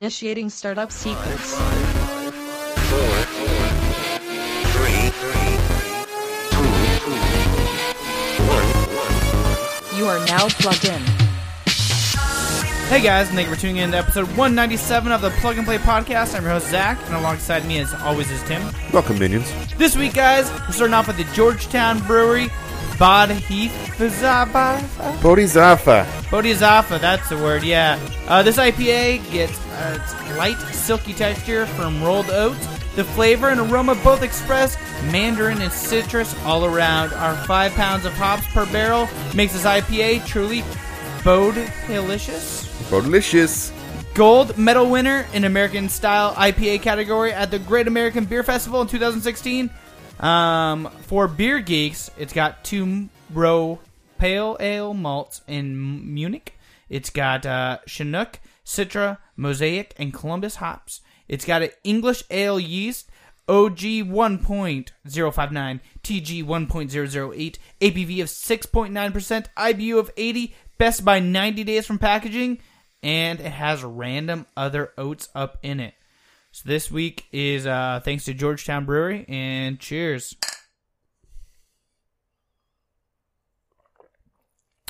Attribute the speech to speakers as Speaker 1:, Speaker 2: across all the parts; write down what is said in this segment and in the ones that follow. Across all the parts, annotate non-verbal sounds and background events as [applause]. Speaker 1: Initiating startup sequence.
Speaker 2: four, three, two, one.
Speaker 1: You are now plugged in.
Speaker 3: Hey guys, and thank you for tuning in to episode 197 of the Plug and Play podcast. I'm your host Zach, and alongside me, as always, is Tim.
Speaker 4: Welcome, minions.
Speaker 3: This week, guys, we're starting off with the Georgetown Brewery Bod Heath Bodhisattva.
Speaker 4: Bodhisattva.
Speaker 3: Bodhisattva, that's the word. Yeah, uh, this IPA gets uh, its light, silky texture from rolled oats. The flavor and aroma both express mandarin and citrus all around. Our five pounds of hops per barrel makes this IPA truly bodhilicious.
Speaker 4: Bodilicious.
Speaker 3: Gold medal winner in American style IPA category at the Great American Beer Festival in 2016. Um, for beer geeks, it's got two row pale ale malts in Munich. It's got uh, Chinook, Citra, Mosaic, and Columbus hops. It's got an English ale yeast, OG 1.059, TG 1.008, ABV of 6.9%, IBU of 80, best by 90 days from packaging and it has random other oats up in it. So this week is uh, thanks to Georgetown Brewery, and cheers.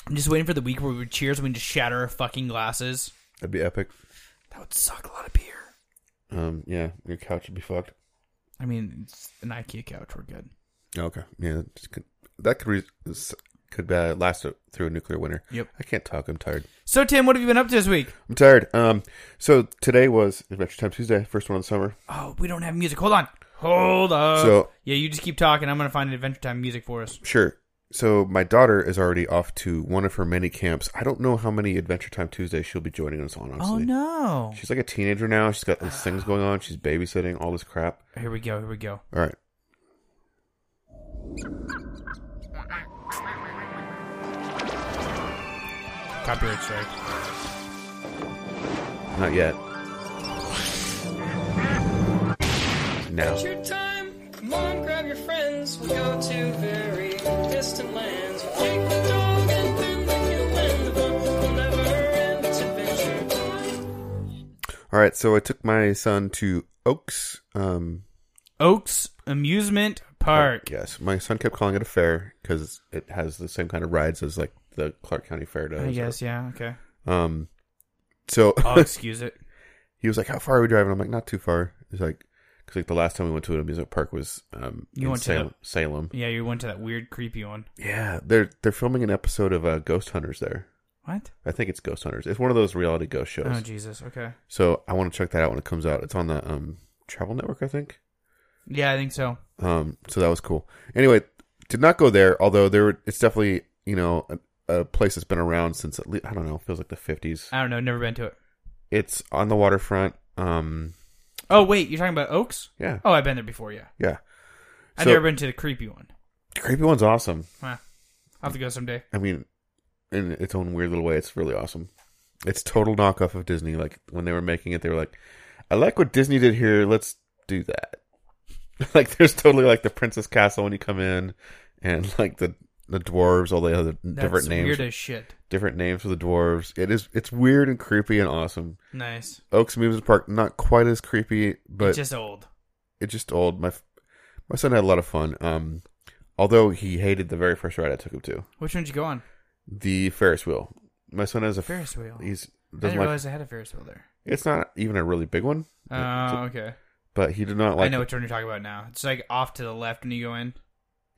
Speaker 3: I'm just waiting for the week where we would cheers and we just shatter our fucking glasses.
Speaker 4: That'd be epic.
Speaker 3: That would suck a lot of beer.
Speaker 4: Um, yeah, your couch would be fucked.
Speaker 3: I mean, it's an IKEA couch. We're good. Oh,
Speaker 4: Okay. Yeah, that just could, that could re- s- could uh, last a- through a nuclear winter.
Speaker 3: Yep.
Speaker 4: I can't talk. I'm tired.
Speaker 3: So Tim, what have you been up to this week?
Speaker 4: I'm tired. Um, so today was Adventure Time Tuesday, first one of the summer.
Speaker 3: Oh, we don't have music. Hold on. Hold on.
Speaker 4: So-
Speaker 3: yeah, you just keep talking. I'm gonna find an Adventure Time music for us.
Speaker 4: Sure. So my daughter is already off to one of her many camps. I don't know how many Adventure Time Tuesdays she'll be joining us on. Honestly,
Speaker 3: Oh no.
Speaker 4: she's like a teenager now. She's got these things going on. She's babysitting all this crap.
Speaker 3: Here we go. Here we go.
Speaker 4: All right.
Speaker 3: Copyright strike.
Speaker 4: Not yet. Now.
Speaker 5: It's your time. Come on, grab your friends. We go to very distant lands. You take the dog and then the human. The fun will never end. It's adventure time.
Speaker 4: All right, so I took my son to Oaks. Um,
Speaker 3: Oaks Amusement Park.
Speaker 4: yes, my son kept calling it a fair because it has the same kind of rides as like the Clark County Fair does.
Speaker 3: I guess, Uh, yeah, okay.
Speaker 4: Um, so [laughs]
Speaker 3: I'll Oh, excuse it.
Speaker 4: he was like, "How far are we driving?" I'm like, "Not too far." He's like, "Cause like the last time we went to an amusement park was um
Speaker 3: You
Speaker 4: in
Speaker 3: went to
Speaker 4: Salem, Salem.
Speaker 3: Yeah, you went to that weird, creepy one.
Speaker 4: Yeah, they're they're filming an episode of uh, Ghost Hunters there.
Speaker 3: What?
Speaker 4: I think it's Ghost Hunters. It's one of those reality ghost shows.
Speaker 3: Oh, Jesus, okay.
Speaker 4: so I want to check that out when it comes out. It's on the um Travel Network, I think.
Speaker 3: Yeah, I think so.
Speaker 4: Um, so that was cool. Anyway, did not go there. Although there, were, it's definitely you know a, a place that's been around since at least I don't know, feels like the fifties.
Speaker 3: I don't know, never been to it.
Speaker 4: It's on the waterfront. Um,
Speaker 3: Oh, wait, you're talking about Oaks?
Speaker 4: yeah,
Speaker 3: Oh, I've been there before, yeah.
Speaker 4: yeah.
Speaker 3: I've
Speaker 4: So-
Speaker 3: never been to the creepy one.
Speaker 4: The creepy one's awesome.
Speaker 3: Huh. I'll have to go someday.
Speaker 4: I mean, in its own weird little way, it's really awesome. It's total knockoff of Disney. Like when they were making it, they were like, "I like what Disney did here. Let's do that." [laughs] like there's totally like the Princess Castle when you come in, and like the the dwarves, all the other
Speaker 3: That's
Speaker 4: different names.
Speaker 3: weird as shit.
Speaker 4: different names for the dwarves. It is it's weird and creepy and awesome.
Speaker 3: Nice.
Speaker 4: Oaks Amusement Park not quite as creepy, but
Speaker 3: it's
Speaker 4: it's just,
Speaker 3: just old.
Speaker 4: old. My f- my son had a lot of fun. Um, although he hated the very first ride I took him to,
Speaker 3: Which one did you go on?
Speaker 4: the Ferris wheel. My son has a f-
Speaker 3: Ferris wheel.
Speaker 4: He's
Speaker 3: I
Speaker 4: doesn't
Speaker 3: didn't
Speaker 4: like.
Speaker 3: realize I had a Ferris wheel there.
Speaker 4: It's not even a really big one,
Speaker 3: Oh,
Speaker 4: Yeah,
Speaker 3: okay.
Speaker 4: but he did not like.
Speaker 3: I know which one you're talking about now. It's like off to the left when you go in.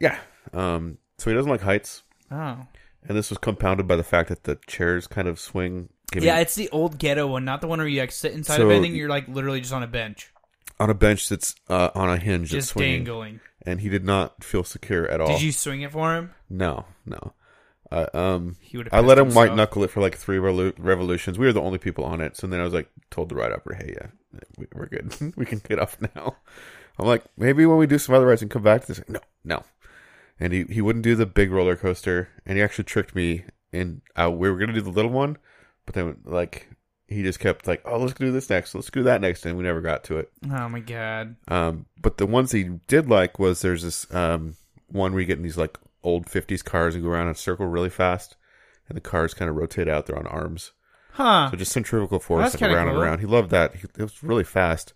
Speaker 4: Yeah. Um. So he doesn't like heights,
Speaker 3: Oh.
Speaker 4: and this was compounded by the fact that the chairs kind of swing. giving-
Speaker 3: Yeah, it's the old ghetto one, not the one where you like sit inside
Speaker 4: So-
Speaker 3: of anything. You're like literally just on a bench,
Speaker 4: on a bench that's uh, on a hinge that's
Speaker 3: just
Speaker 4: swinging,
Speaker 3: dangling.
Speaker 4: and he did not feel secure at all.
Speaker 3: Did you swing it for him?
Speaker 4: No, no. Uh, um,
Speaker 3: He would.
Speaker 4: I let him white knuckle it for like three revolu- revolutions. We were the only people on it, so then I was like, told the ride operator, "Hey, yeah, we- we're good. [laughs] we can get off now." I'm like, maybe when we do some other rides and come back to this. No, no. And he he wouldn't do the big roller coaster, and he actually tricked me. And I, we were gonna do the little one, but then like he just kept like, "Oh, let's do this next. Let's do that next," and we never got to it.
Speaker 3: Oh my god!
Speaker 4: Um, but the ones he did like was there's this um, one where you get in these like old 50s cars and go around in a circle really fast, and the cars kind of rotate out. They're on arms.
Speaker 3: Huh.
Speaker 4: So just centrifugal
Speaker 3: Ah. that's
Speaker 4: force like
Speaker 3: kinda
Speaker 4: around
Speaker 3: cool.
Speaker 4: and around. He loved that. He, it was really fast.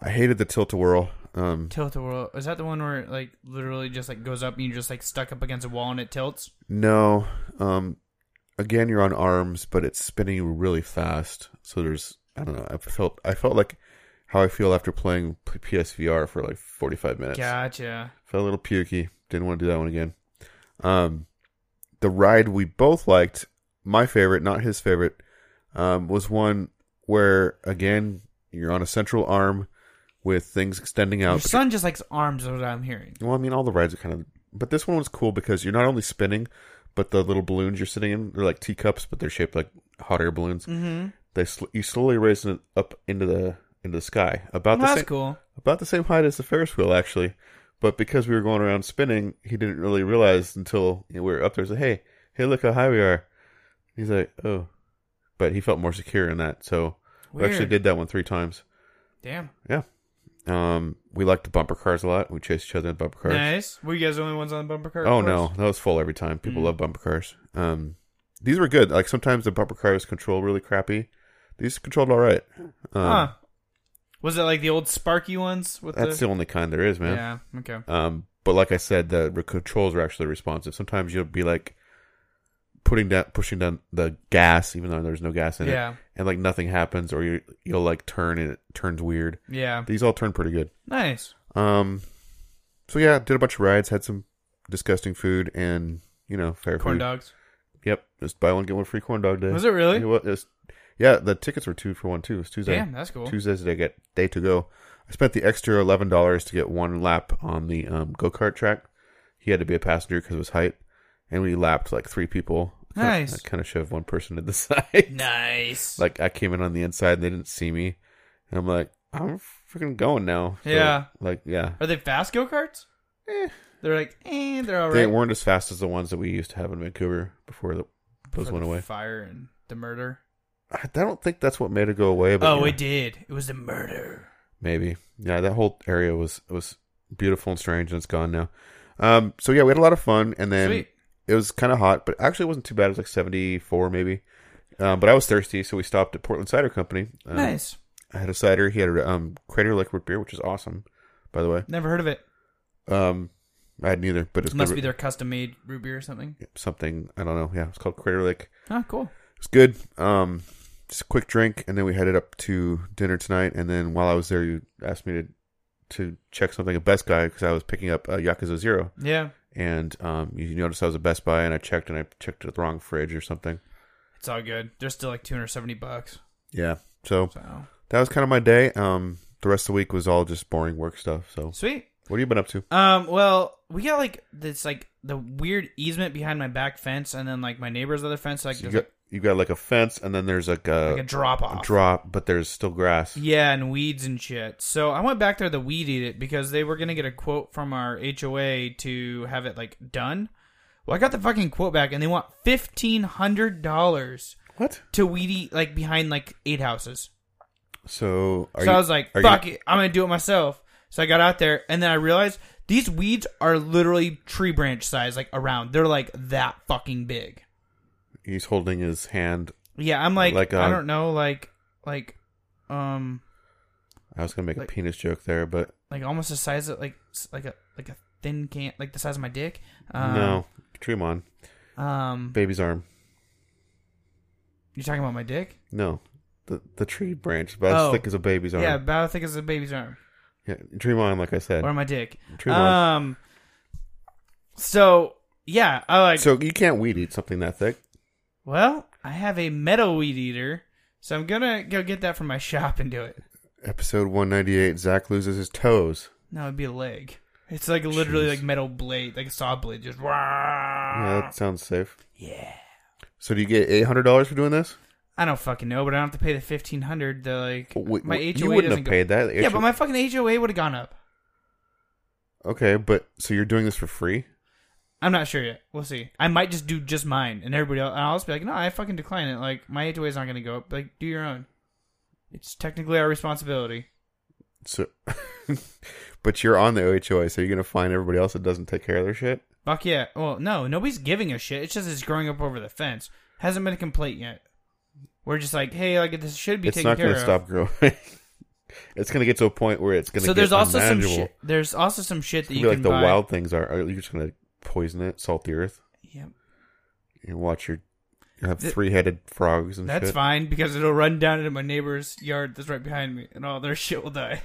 Speaker 4: I hated the tilt a whirl. Um,
Speaker 3: Tilt a whirl. Is that the one where it, like literally just like goes up and you're just like stuck up against a wall and it tilts?
Speaker 4: no. Um, again, you're on arms, but it's spinning really fast. So there's I don't know. I felt I felt like how I feel after playing P- PSVR for like 45 minutes.
Speaker 3: Gotcha.
Speaker 4: Felt a little pukey. Didn't want to do that one again. Um, the ride we both liked, my favorite, not his favorite, um, was one where again you're on a central arm with things extending out.
Speaker 3: Your son just likes arms. Is what I'm hearing.
Speaker 4: Well, I mean, all the rides are kind of, but this one was cool because you're not only spinning, but the little balloons you're sitting in, they're like teacups, but they're shaped like hot air balloons. Mm-hmm. They sl- you slowly raise it up into the into the sky, about the
Speaker 3: Well, that's
Speaker 4: same,
Speaker 3: cool.
Speaker 4: about the same height as the Ferris wheel, actually. But because we were going around spinning, he didn't really realize until you know, we were up there. He's like, "Hey, hey, look how high we are." He's like, "Oh," but he felt more secure in that, so we actually
Speaker 3: Weird.
Speaker 4: did that one three times.
Speaker 3: Damn.
Speaker 4: Yeah, um, we liked the bumper cars a lot. We chased each other in bumper cars.
Speaker 3: Nice. Were you guys the only ones on the bumper car?
Speaker 4: Oh
Speaker 3: course?
Speaker 4: no, that was full every time. People love bumper cars. Um, these were good. Like sometimes the bumper cars control really crappy. These controlled all right. Um,
Speaker 3: Huh. Was it like the old Sparky ones with
Speaker 4: That's
Speaker 3: the?
Speaker 4: the only kind there is, man.
Speaker 3: yeah. Okay.
Speaker 4: Um, but like I said, the re- controls are actually responsive. Sometimes you'll be like putting down, pushing down the gas, even though there's no gas in
Speaker 3: Yeah.
Speaker 4: it, and like nothing happens, or you you'll like turn and it turns weird.
Speaker 3: Yeah.
Speaker 4: These all turn pretty good.
Speaker 3: Nice.
Speaker 4: Um, so yeah, did a bunch of rides, had some disgusting food, and you know, fair
Speaker 3: Corn
Speaker 4: food.
Speaker 3: dogs.
Speaker 4: Yep, just buy one get one free corn dog day.
Speaker 3: Was it really?
Speaker 4: It was- it's- yeah, the tickets were two for one too. It was Tuesday.
Speaker 3: Damn, that's cool.
Speaker 4: Tuesday's the day get day to go. I spent the extra eleven dollars to get one lap on the um, go kart track. He had to be a passenger because of his height, and we lapped like three people. I kinda-
Speaker 3: Nice.
Speaker 4: I kind of shoved one person to the [laughs] side.
Speaker 3: Nice.
Speaker 4: like I came in on the inside, and they didn't see me, and I'm like, I'm freaking going now. So,
Speaker 3: Yeah.
Speaker 4: Like yeah.
Speaker 3: Are they fast go karts? They're like, eh, they're all
Speaker 4: They
Speaker 3: right.
Speaker 4: weren't as fast as the ones that we used to have in Vancouver before the,
Speaker 3: For
Speaker 4: those
Speaker 3: the
Speaker 4: went away.
Speaker 3: Fire and the murder.
Speaker 4: I don't think that's what made it go away. But
Speaker 3: Oh,
Speaker 4: yeah.
Speaker 3: it did. It was the murder.
Speaker 4: Maybe. Yeah, that whole area was was beautiful and strange, and it's gone now. Um, so yeah, we had a lot of fun, and then
Speaker 3: Sweet.
Speaker 4: it was kind of hot, but actually it wasn't too bad. It was like seventy four maybe. Um, but I was thirsty, so we stopped at Portland Cider Company. Um,
Speaker 3: nice.
Speaker 4: I had a cider. He had a um, Crater Liquid beer, which is awesome, by the way.
Speaker 3: Never heard of it.
Speaker 4: Um, I had neither, but it's
Speaker 3: It must
Speaker 4: good-
Speaker 3: be their custom made root beer or something.
Speaker 4: something I don't know. Yeah, it's called Crater Lake.
Speaker 3: Oh, cool.
Speaker 4: It's good. Um, just a quick drink, and then we headed up to dinner tonight. And then while I was there, you asked me to to check something at Best Buy because I was picking up uh, Yakuza Zero,
Speaker 3: Yeah.
Speaker 4: and um, you noticed I was at Best Buy, and I checked, and I checked it at the wrong fridge or something.
Speaker 3: It's all good. They're still like 270 bucks.
Speaker 4: Yeah. So
Speaker 3: So
Speaker 4: that was kind of my day. Um, the rest of the week was all just boring work stuff. So
Speaker 3: sweet.
Speaker 4: what have you been up to?
Speaker 3: Um, well, we got like this like the weird easement behind my back fence and then like my neighbor's other fence, like
Speaker 4: You
Speaker 3: there's
Speaker 4: got you got like a fence, and then there's like a,
Speaker 3: like, like a drop off.
Speaker 4: drop, but there's still grass.
Speaker 3: Yeah, and weeds and shit. So I went back there to weed eat it because they were gonna get a quote from our HOA to have it like done. Well, I got the fucking quote back, and they want fifteen hundred dollars
Speaker 4: What?
Speaker 3: to weed eat like behind like eight houses.
Speaker 4: So are
Speaker 3: so I
Speaker 4: you,
Speaker 3: was like,
Speaker 4: are you-
Speaker 3: "Fuck it, I'm gonna do it myself." So I got out there, and then I realized these weeds are literally tree branch size, like around. They're like that fucking big.
Speaker 4: He's holding his hand.
Speaker 3: Yeah, I'm like,
Speaker 4: Like, uh,
Speaker 3: I don't know, like, like, um,
Speaker 4: I was gonna make
Speaker 3: Like-
Speaker 4: a penis joke there, but
Speaker 3: like almost the size of like s- like a like a thin can like the size of my dick. Um,
Speaker 4: no, dream on.
Speaker 3: Um,
Speaker 4: Baby's arm.
Speaker 3: you're talking about my dick?
Speaker 4: No, the the tree branch about as
Speaker 3: Oh.
Speaker 4: thick as a baby's arm.
Speaker 3: Yeah,
Speaker 4: Yeah,
Speaker 3: about as thick as a baby's arm
Speaker 4: dream on. Like I said.
Speaker 3: or my dick.
Speaker 4: True line.
Speaker 3: um. So yeah, I like.
Speaker 4: So you can't weed eat something that thick.
Speaker 3: well, I have a metal weed eater, so I'm gonna go get that from my [laughs] shop and do it.
Speaker 4: Episode one ninety eight. Zach loses his toes.
Speaker 3: No, it'd be a leg. It's like literally like metal blade, like a saw blade, just.
Speaker 4: Yeah, that sounds safe.
Speaker 3: Ah. Yeah.
Speaker 4: So do you get eight hundred dollars for doing this?
Speaker 3: I don't fucking know, but I don't have to pay the fifteen hundred. The like
Speaker 4: Well, wait,
Speaker 3: my
Speaker 4: wait,
Speaker 3: HOA
Speaker 4: you wouldn't
Speaker 3: doesn't
Speaker 4: have
Speaker 3: go-
Speaker 4: paid that.
Speaker 3: Yeah, but my fucking HOA would have gone up.
Speaker 4: okay, but so you're doing this for free?
Speaker 3: I'm not sure yet. We'll see. I might just do just mine, and everybody else. And I'll just be like, no, I fucking decline it. Like my HOA is not gonna go up. Like do your own. It's technically our responsibility.
Speaker 4: So, [laughs] but you're on the OHOA, so you're gonna find everybody else that doesn't take care of their shit.
Speaker 3: Fuck yeah. Well, no, nobody's giving a shit. It's just it's growing up over the fence. Hasn't been a complaint yet. We're just like, hey, like this should be
Speaker 4: it's
Speaker 3: taken
Speaker 4: not
Speaker 3: care
Speaker 4: going
Speaker 3: of.
Speaker 4: to stop growing. [laughs] it's going to get to a point where it's going to.
Speaker 3: so
Speaker 4: get
Speaker 3: there's also some
Speaker 4: unmanageable.
Speaker 3: shit. There's also some shit that
Speaker 4: It'll
Speaker 3: you can
Speaker 4: be like the
Speaker 3: buy.
Speaker 4: wild things are. are you just going to poison it, salt the earth,
Speaker 3: Yep.
Speaker 4: and watch your you have
Speaker 3: Th-
Speaker 4: three headed frogs and
Speaker 3: That's
Speaker 4: shit.
Speaker 3: fine because it'll run down into my neighbor's yard that's right behind me, and all their [laughs] shit will die.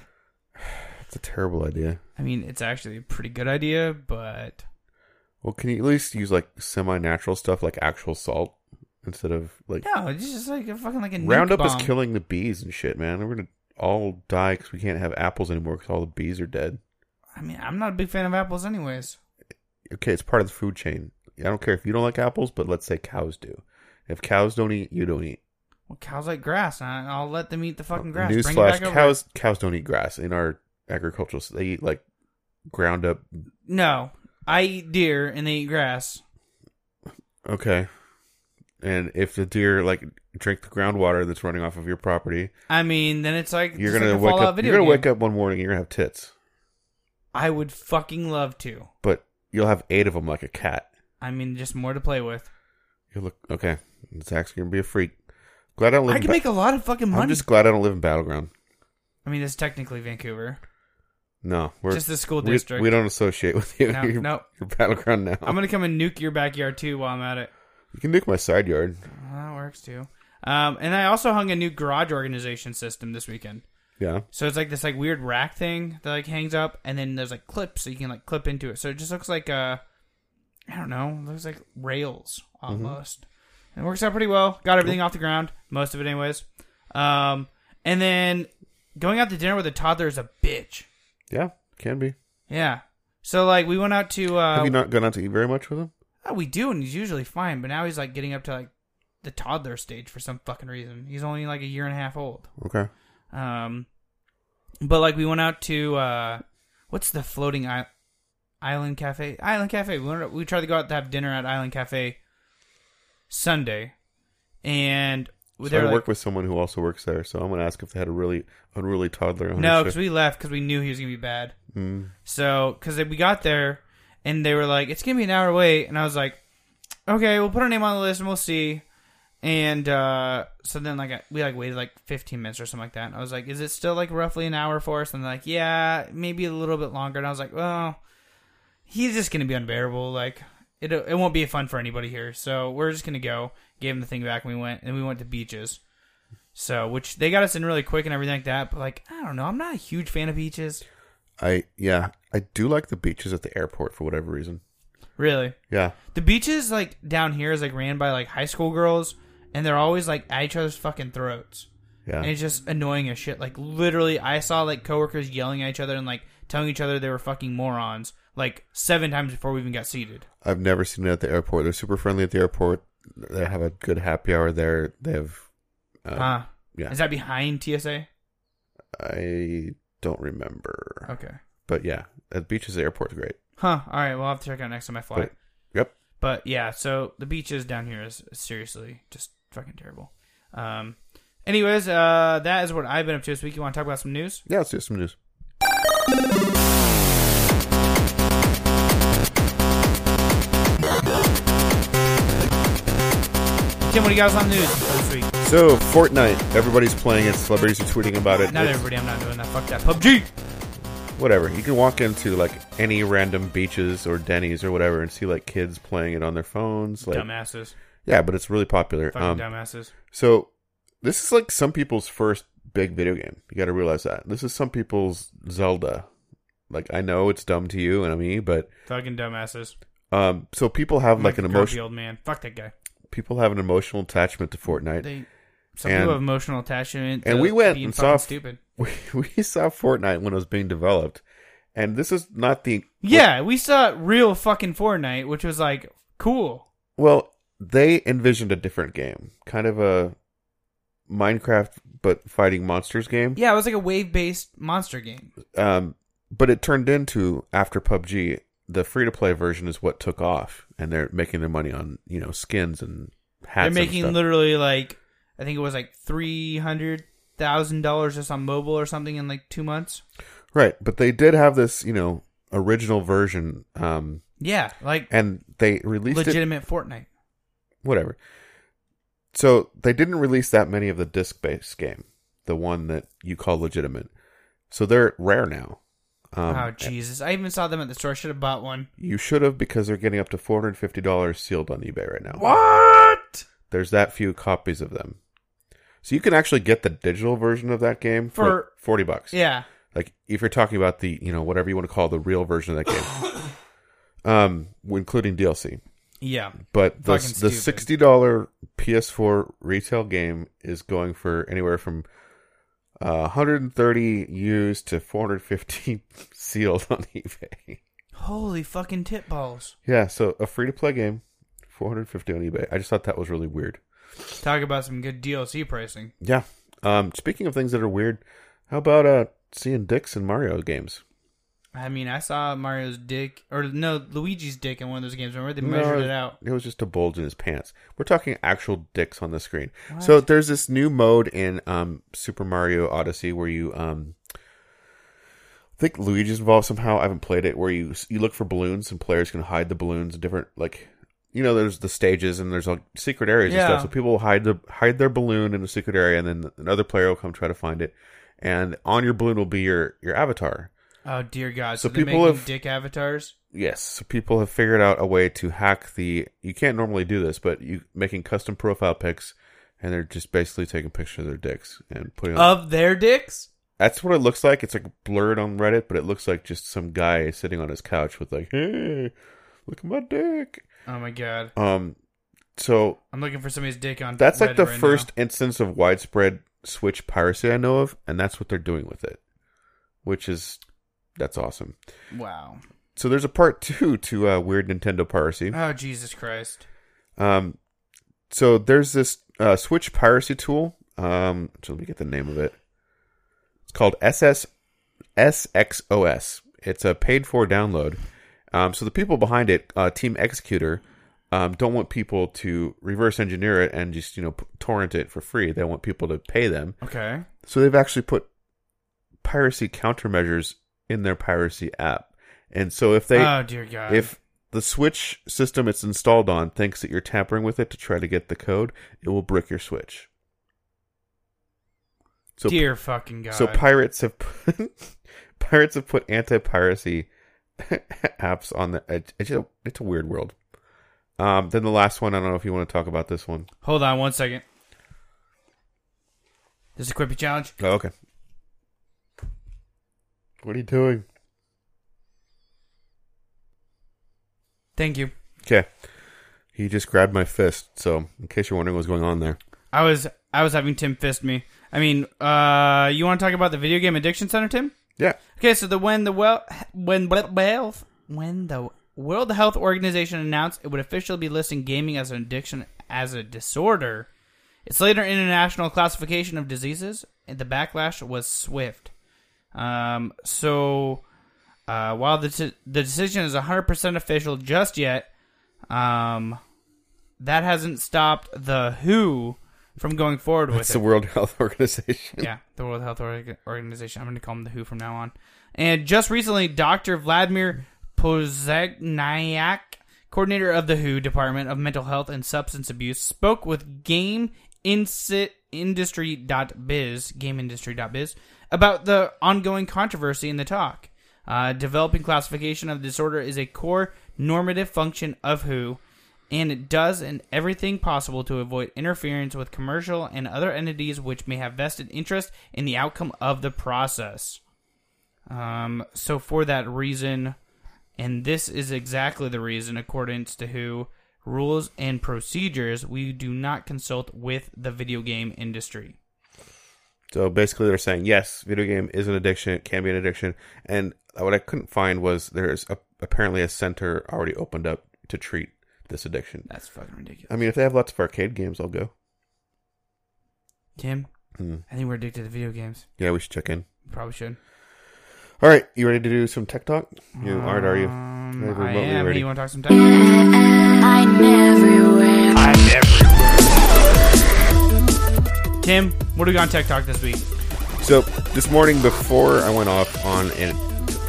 Speaker 4: That's a terrible idea.
Speaker 3: I mean, it's actually a pretty good idea, but
Speaker 4: Well, can you at least use like semi natural stuff, like actual salt, instead of like
Speaker 3: no, it's just like a fucking like a nuke
Speaker 4: Roundup
Speaker 3: bomb.
Speaker 4: is killing the bees and shit, man. We're gonna all die because we can't have apples anymore because all the bees are dead.
Speaker 3: I mean, I'm not a big fan of apples, anyways.
Speaker 4: Okay, it's part of the food chain. I don't care if you don't like apples, but let's say cows do. If cows don't eat, you don't eat.
Speaker 3: Well, cows like grass, and I- I'll let them eat the fucking grass. Bring it
Speaker 4: Newsflash:
Speaker 3: back over.
Speaker 4: cows cows don't eat grass in our agricultural. s- They eat like ground up.
Speaker 3: No, I eat deer and they eat grass.
Speaker 4: Okay, and if the deer like drink the groundwater that's running off of your property,
Speaker 3: I mean, then it's like
Speaker 4: you're
Speaker 3: just
Speaker 4: gonna
Speaker 3: like a
Speaker 4: wake
Speaker 3: Fallout
Speaker 4: up.
Speaker 3: Video
Speaker 4: You're gonna
Speaker 3: game.
Speaker 4: wake up one morning. and You're gonna have tits,
Speaker 3: I would fucking love to.
Speaker 4: but you'll have eight of them like a cat.
Speaker 3: I mean, just more to play with.
Speaker 4: You look okay. Zach's gonna be a freak. Glad I don't live.
Speaker 3: I
Speaker 4: in
Speaker 3: can
Speaker 4: Ba-
Speaker 3: make a lot of fucking money.
Speaker 4: I'm just glad I don't live in Battleground.
Speaker 3: I mean, it's technically Vancouver.
Speaker 4: No, we're
Speaker 3: Just the school
Speaker 4: we-
Speaker 3: district.
Speaker 4: We, don't associate with you.
Speaker 3: No,
Speaker 4: your,
Speaker 3: no.
Speaker 4: your Battleground now.
Speaker 3: I'm gonna come and nuke your backyard too while I'm at it.
Speaker 4: you can nuke my side yard.
Speaker 3: Well, that works too. Um, and I also hung a new garage organization system this weekend.
Speaker 4: Yeah,
Speaker 3: So it's like this like weird rack thing that like hangs up, and then there's like clips so you can like clip into it. So it just looks like uh, I don't know, looks like rails
Speaker 4: Mm-hmm.
Speaker 3: almost. And it works out pretty well. Got everything off the ground, most of it anyways. Um, and then going out to dinner with a toddler is a bitch.
Speaker 4: yeah, can be.
Speaker 3: Yeah. So like we went out to uh,
Speaker 4: have you not gone out to eat very much with him?
Speaker 3: Oh, we do, and he's usually fine. But now he's like getting up to like the toddler stage for some fucking reason. He's only like a year and a half old.
Speaker 4: Okay,
Speaker 3: Um, but like we went out to uh, what's the floating I- island cafe? Island cafe. We went, we tried to go out to have dinner at Island Cafe Sunday, and
Speaker 4: so
Speaker 3: they
Speaker 4: I
Speaker 3: were
Speaker 4: work
Speaker 3: like,
Speaker 4: with someone who also works there, so I'm gonna ask if they had a really unruly toddler. On
Speaker 3: no,
Speaker 4: their
Speaker 3: because
Speaker 4: shift.
Speaker 3: we left because we knew he was gonna be bad.
Speaker 4: Mm.
Speaker 3: So, because we got there and they were like, it's going to be an hour wait. And I was like, okay, we'll put our name on the list and we'll see. And uh, so then, like, I, we like waited like 15 minutes or something like that. And I was like, is it still like roughly an hour for us? And they're like, yeah, maybe a little bit longer. And I was like, well, he's just going to be unbearable. Like, it, it won't be fun for anybody here. So we're just going to go. Gave him the thing back and we went. And we went to beaches. So, which they got us in really quick and everything like that. But, like, I don't know. I'm not a huge fan of beaches.
Speaker 4: I yeah, I do like the beaches at the airport for whatever reason.
Speaker 3: Really.
Speaker 4: Yeah,
Speaker 3: The beaches like down here is like ran by like high school girls, and they're always like at each other's fucking throats,
Speaker 4: yeah.
Speaker 3: and it's just annoying as shit. Like literally, I saw like coworkers yelling at each other and like telling each other they were fucking morons like seven times before we even got seated.
Speaker 4: I've never seen it at the airport. They're super friendly at the airport. They have a good happy hour there. They have. Uh,
Speaker 3: Huh?
Speaker 4: yeah.
Speaker 3: Is that behind TSA?
Speaker 4: I don't remember,
Speaker 3: Okay.
Speaker 4: but yeah, at beaches, the airport's great.
Speaker 3: Huh. All right. We'll have to check out next time I fly.
Speaker 4: But, yep,
Speaker 3: But yeah, so the beaches down here is seriously just fucking terrible. Um. Anyways, uh, that is what I've been up to this week. You want to talk about some news?
Speaker 4: yeah. Let's do some news.
Speaker 3: Tim, what do you guys on the news for this week?
Speaker 4: So Fortnite, everybody's playing it. Celebrities are tweeting about it.
Speaker 3: Not
Speaker 4: It's-
Speaker 3: everybody. I'm not doing that. Fuck that. PUBG.
Speaker 4: Whatever. You can walk into like any random beaches or Denny's or whatever and see like kids playing it on their phones. Like,
Speaker 3: dumbasses.
Speaker 4: yeah, but it's really popular.
Speaker 3: Fucking
Speaker 4: Um,
Speaker 3: dumbasses.
Speaker 4: So this is like some people's first big video game. You got to realize that this is some people's Zelda. Like I know it's dumb to you and I mean, but
Speaker 3: Fucking dumbasses.
Speaker 4: um, so people have like an
Speaker 3: Grumpy
Speaker 4: emotional
Speaker 3: old man. Fuck that guy.
Speaker 4: people have an emotional attachment to Fortnite.
Speaker 3: They. Some
Speaker 4: And-
Speaker 3: people have emotional attachment.
Speaker 4: and
Speaker 3: to
Speaker 4: we went
Speaker 3: being
Speaker 4: and
Speaker 3: fucking
Speaker 4: saw-
Speaker 3: stupid.
Speaker 4: [laughs] we, we saw Fortnite when it was being developed, and this is not the
Speaker 3: Yeah, we saw real fucking Fortnite, which was like cool.
Speaker 4: Well, they envisioned a different game, kind of a Minecraft but fighting monsters game.
Speaker 3: Yeah, it was like a wave-based monster game.
Speaker 4: Um, but it turned into after PUBG, the free to play version is what took off, and they're making their money on you know skins and hats.
Speaker 3: They're making
Speaker 4: and stuff.
Speaker 3: literally like, I think it was like three hundred thousand dollars just on mobile or something in like two months.
Speaker 4: right, but they did have this you know original version, um,
Speaker 3: Yeah, like
Speaker 4: and they released it
Speaker 3: legitimate Fortnite.
Speaker 4: whatever. so they didn't release that many of the disc based game, the one that you call legitimate. So they're rare now. Um,
Speaker 3: oh Jesus! I even saw them at the store. Should have bought one.
Speaker 4: You should have because they're getting up to four hundred fifty dollars sealed on eBay right now.
Speaker 3: What?
Speaker 4: There's that few copies of them, so you can actually get the digital version of that game for,
Speaker 3: For-
Speaker 4: forty bucks.
Speaker 3: Yeah.
Speaker 4: like if you're talking about the you know whatever you want to call the real version of that
Speaker 3: [coughs]
Speaker 4: game, um, including DLC.
Speaker 3: Yeah.
Speaker 4: But the
Speaker 3: Fucking
Speaker 4: the
Speaker 3: stupid.
Speaker 4: sixty dollar PS4 retail game is going for anywhere from uh, 130 used to 450 [laughs] sealed on [laughs] eBay.
Speaker 3: Holy fucking tit balls!
Speaker 4: Yeah, so a free to play game, 450 on eBay. I just thought that was really weird.
Speaker 3: Talk about some good DLC pricing.
Speaker 4: Yeah. Um, speaking of things that are weird, how about uh seeing dicks in Mario games?
Speaker 3: I mean, I saw Mario's dick, or no, Luigi's dick in one of those games. Remember they measured it out.
Speaker 4: It was just a bulge in his pants. We're talking actual dicks on the screen. So there's this new mode in um, Super Mario Odyssey where you, um, I think Luigi's involved somehow. I haven't played it. Where you you look for balloons and players can hide the balloons. in Different like. You know, there's the stages and there's like secret areas and
Speaker 3: Yeah.
Speaker 4: stuff. So people will hide the hide their balloon in a secret area, and then another player will come try to find it. And on your balloon will be your your avatar.
Speaker 3: Oh dear God! So,
Speaker 4: So
Speaker 3: people
Speaker 4: people
Speaker 3: making
Speaker 4: have-
Speaker 3: dick avatars.
Speaker 4: Yes, so people have figured out a way to hack the. You can't normally do this, but you making custom profile pics, and they're just basically taking pictures of their dicks and putting. On,
Speaker 3: of their dicks.
Speaker 4: that's what it looks like. It's like blurred on Reddit, but it looks like just some guy sitting on his couch with like, "Hey, look at my dick."
Speaker 3: Oh my God!
Speaker 4: Um, so
Speaker 3: I'm looking for somebody's dick on.
Speaker 4: that's like
Speaker 3: Reddit
Speaker 4: the
Speaker 3: right now.
Speaker 4: first instance of widespread Switch piracy I know of, and that's what they're doing with it, which is that's awesome.
Speaker 3: Wow.
Speaker 4: So there's a part [laughs] two to uh, weird Nintendo piracy.
Speaker 3: Oh Jesus Christ!
Speaker 4: Um, so there's this uh, Switch piracy tool. Um, so let me get the name of it. It's called SS SXOS. It's a paid for download. Um, so the people behind it, uh, Team Executor, um, don't want people to reverse engineer it and just you know p- torrent it for free. They want people to pay them.
Speaker 3: Okay.
Speaker 4: So they've actually put piracy countermeasures in their piracy app. And so if they
Speaker 3: oh dear God!
Speaker 4: if the Switch system it's installed on thinks that you're tampering with it to try to get the code, it will brick your Switch. So,
Speaker 3: dear fucking God.
Speaker 4: so pirates have put, [laughs] pirates have put anti-piracy [laughs] apps on the. It, it's, a, it's a weird world. Um, then the last one, I don't know if you want to talk about this one.
Speaker 3: Hold on one second. This is a Quippy Challenge.
Speaker 4: Oh, okay. What are you doing?
Speaker 3: Thank you.
Speaker 4: Okay. He just grabbed my fist. So, in case you're wondering what's going on there,
Speaker 3: I was I was having Tim fist me. I mean, uh, you want to talk about the video game addiction center, Tim?
Speaker 4: yeah,
Speaker 3: Okay, so the when the well when blah, blah, health when the World Health Organization announced it would officially be listing gaming as an addiction as a disorder, its later international classification of diseases, and the backlash was swift. Um, so uh, while the t- the decision is 100% official just yet, um, that hasn't stopped the WHO from going forward with
Speaker 4: it's
Speaker 3: it
Speaker 4: the World [laughs] Health Organization.
Speaker 3: yeah, the World Health Org- Organization. I'm going to call them the WHO from now on. And just recently, Dr. Vladimir Pozagniak, coordinator of the WHO Department of Mental Health and Substance Abuse, spoke with Game Insi- Industry.biz, gameindustry.biz, about the ongoing controversy in the talk. Uh, developing classification of disorder is a core normative function of WHO, and it does and everything possible to avoid interference with commercial and other entities which may have vested interest in the outcome of the process. Um, so for that reason, and this is exactly the reason, according to WHO rules and procedures, we do not consult with the video game industry.
Speaker 4: So basically, they're saying yes, video game is an addiction, it can be an addiction. And what I couldn't find was there's a, apparently a center already opened up to treat this addiction.
Speaker 3: That's fucking ridiculous.
Speaker 4: I mean, if they have lots of arcade games, I'll go.
Speaker 3: Tim,
Speaker 4: Hmm.
Speaker 3: I think we're addicted to video games.
Speaker 4: Yeah, we should check in.
Speaker 3: We probably should.
Speaker 4: All right, you ready to do some tech talk? You aren't, are you?
Speaker 3: Um,
Speaker 4: Maybe
Speaker 3: I
Speaker 4: remotely
Speaker 3: am. Hey,
Speaker 4: ready.
Speaker 3: you want to talk some tech? Tim, what do we got on Tech Talk this week?
Speaker 4: So this morning, before I went off on an,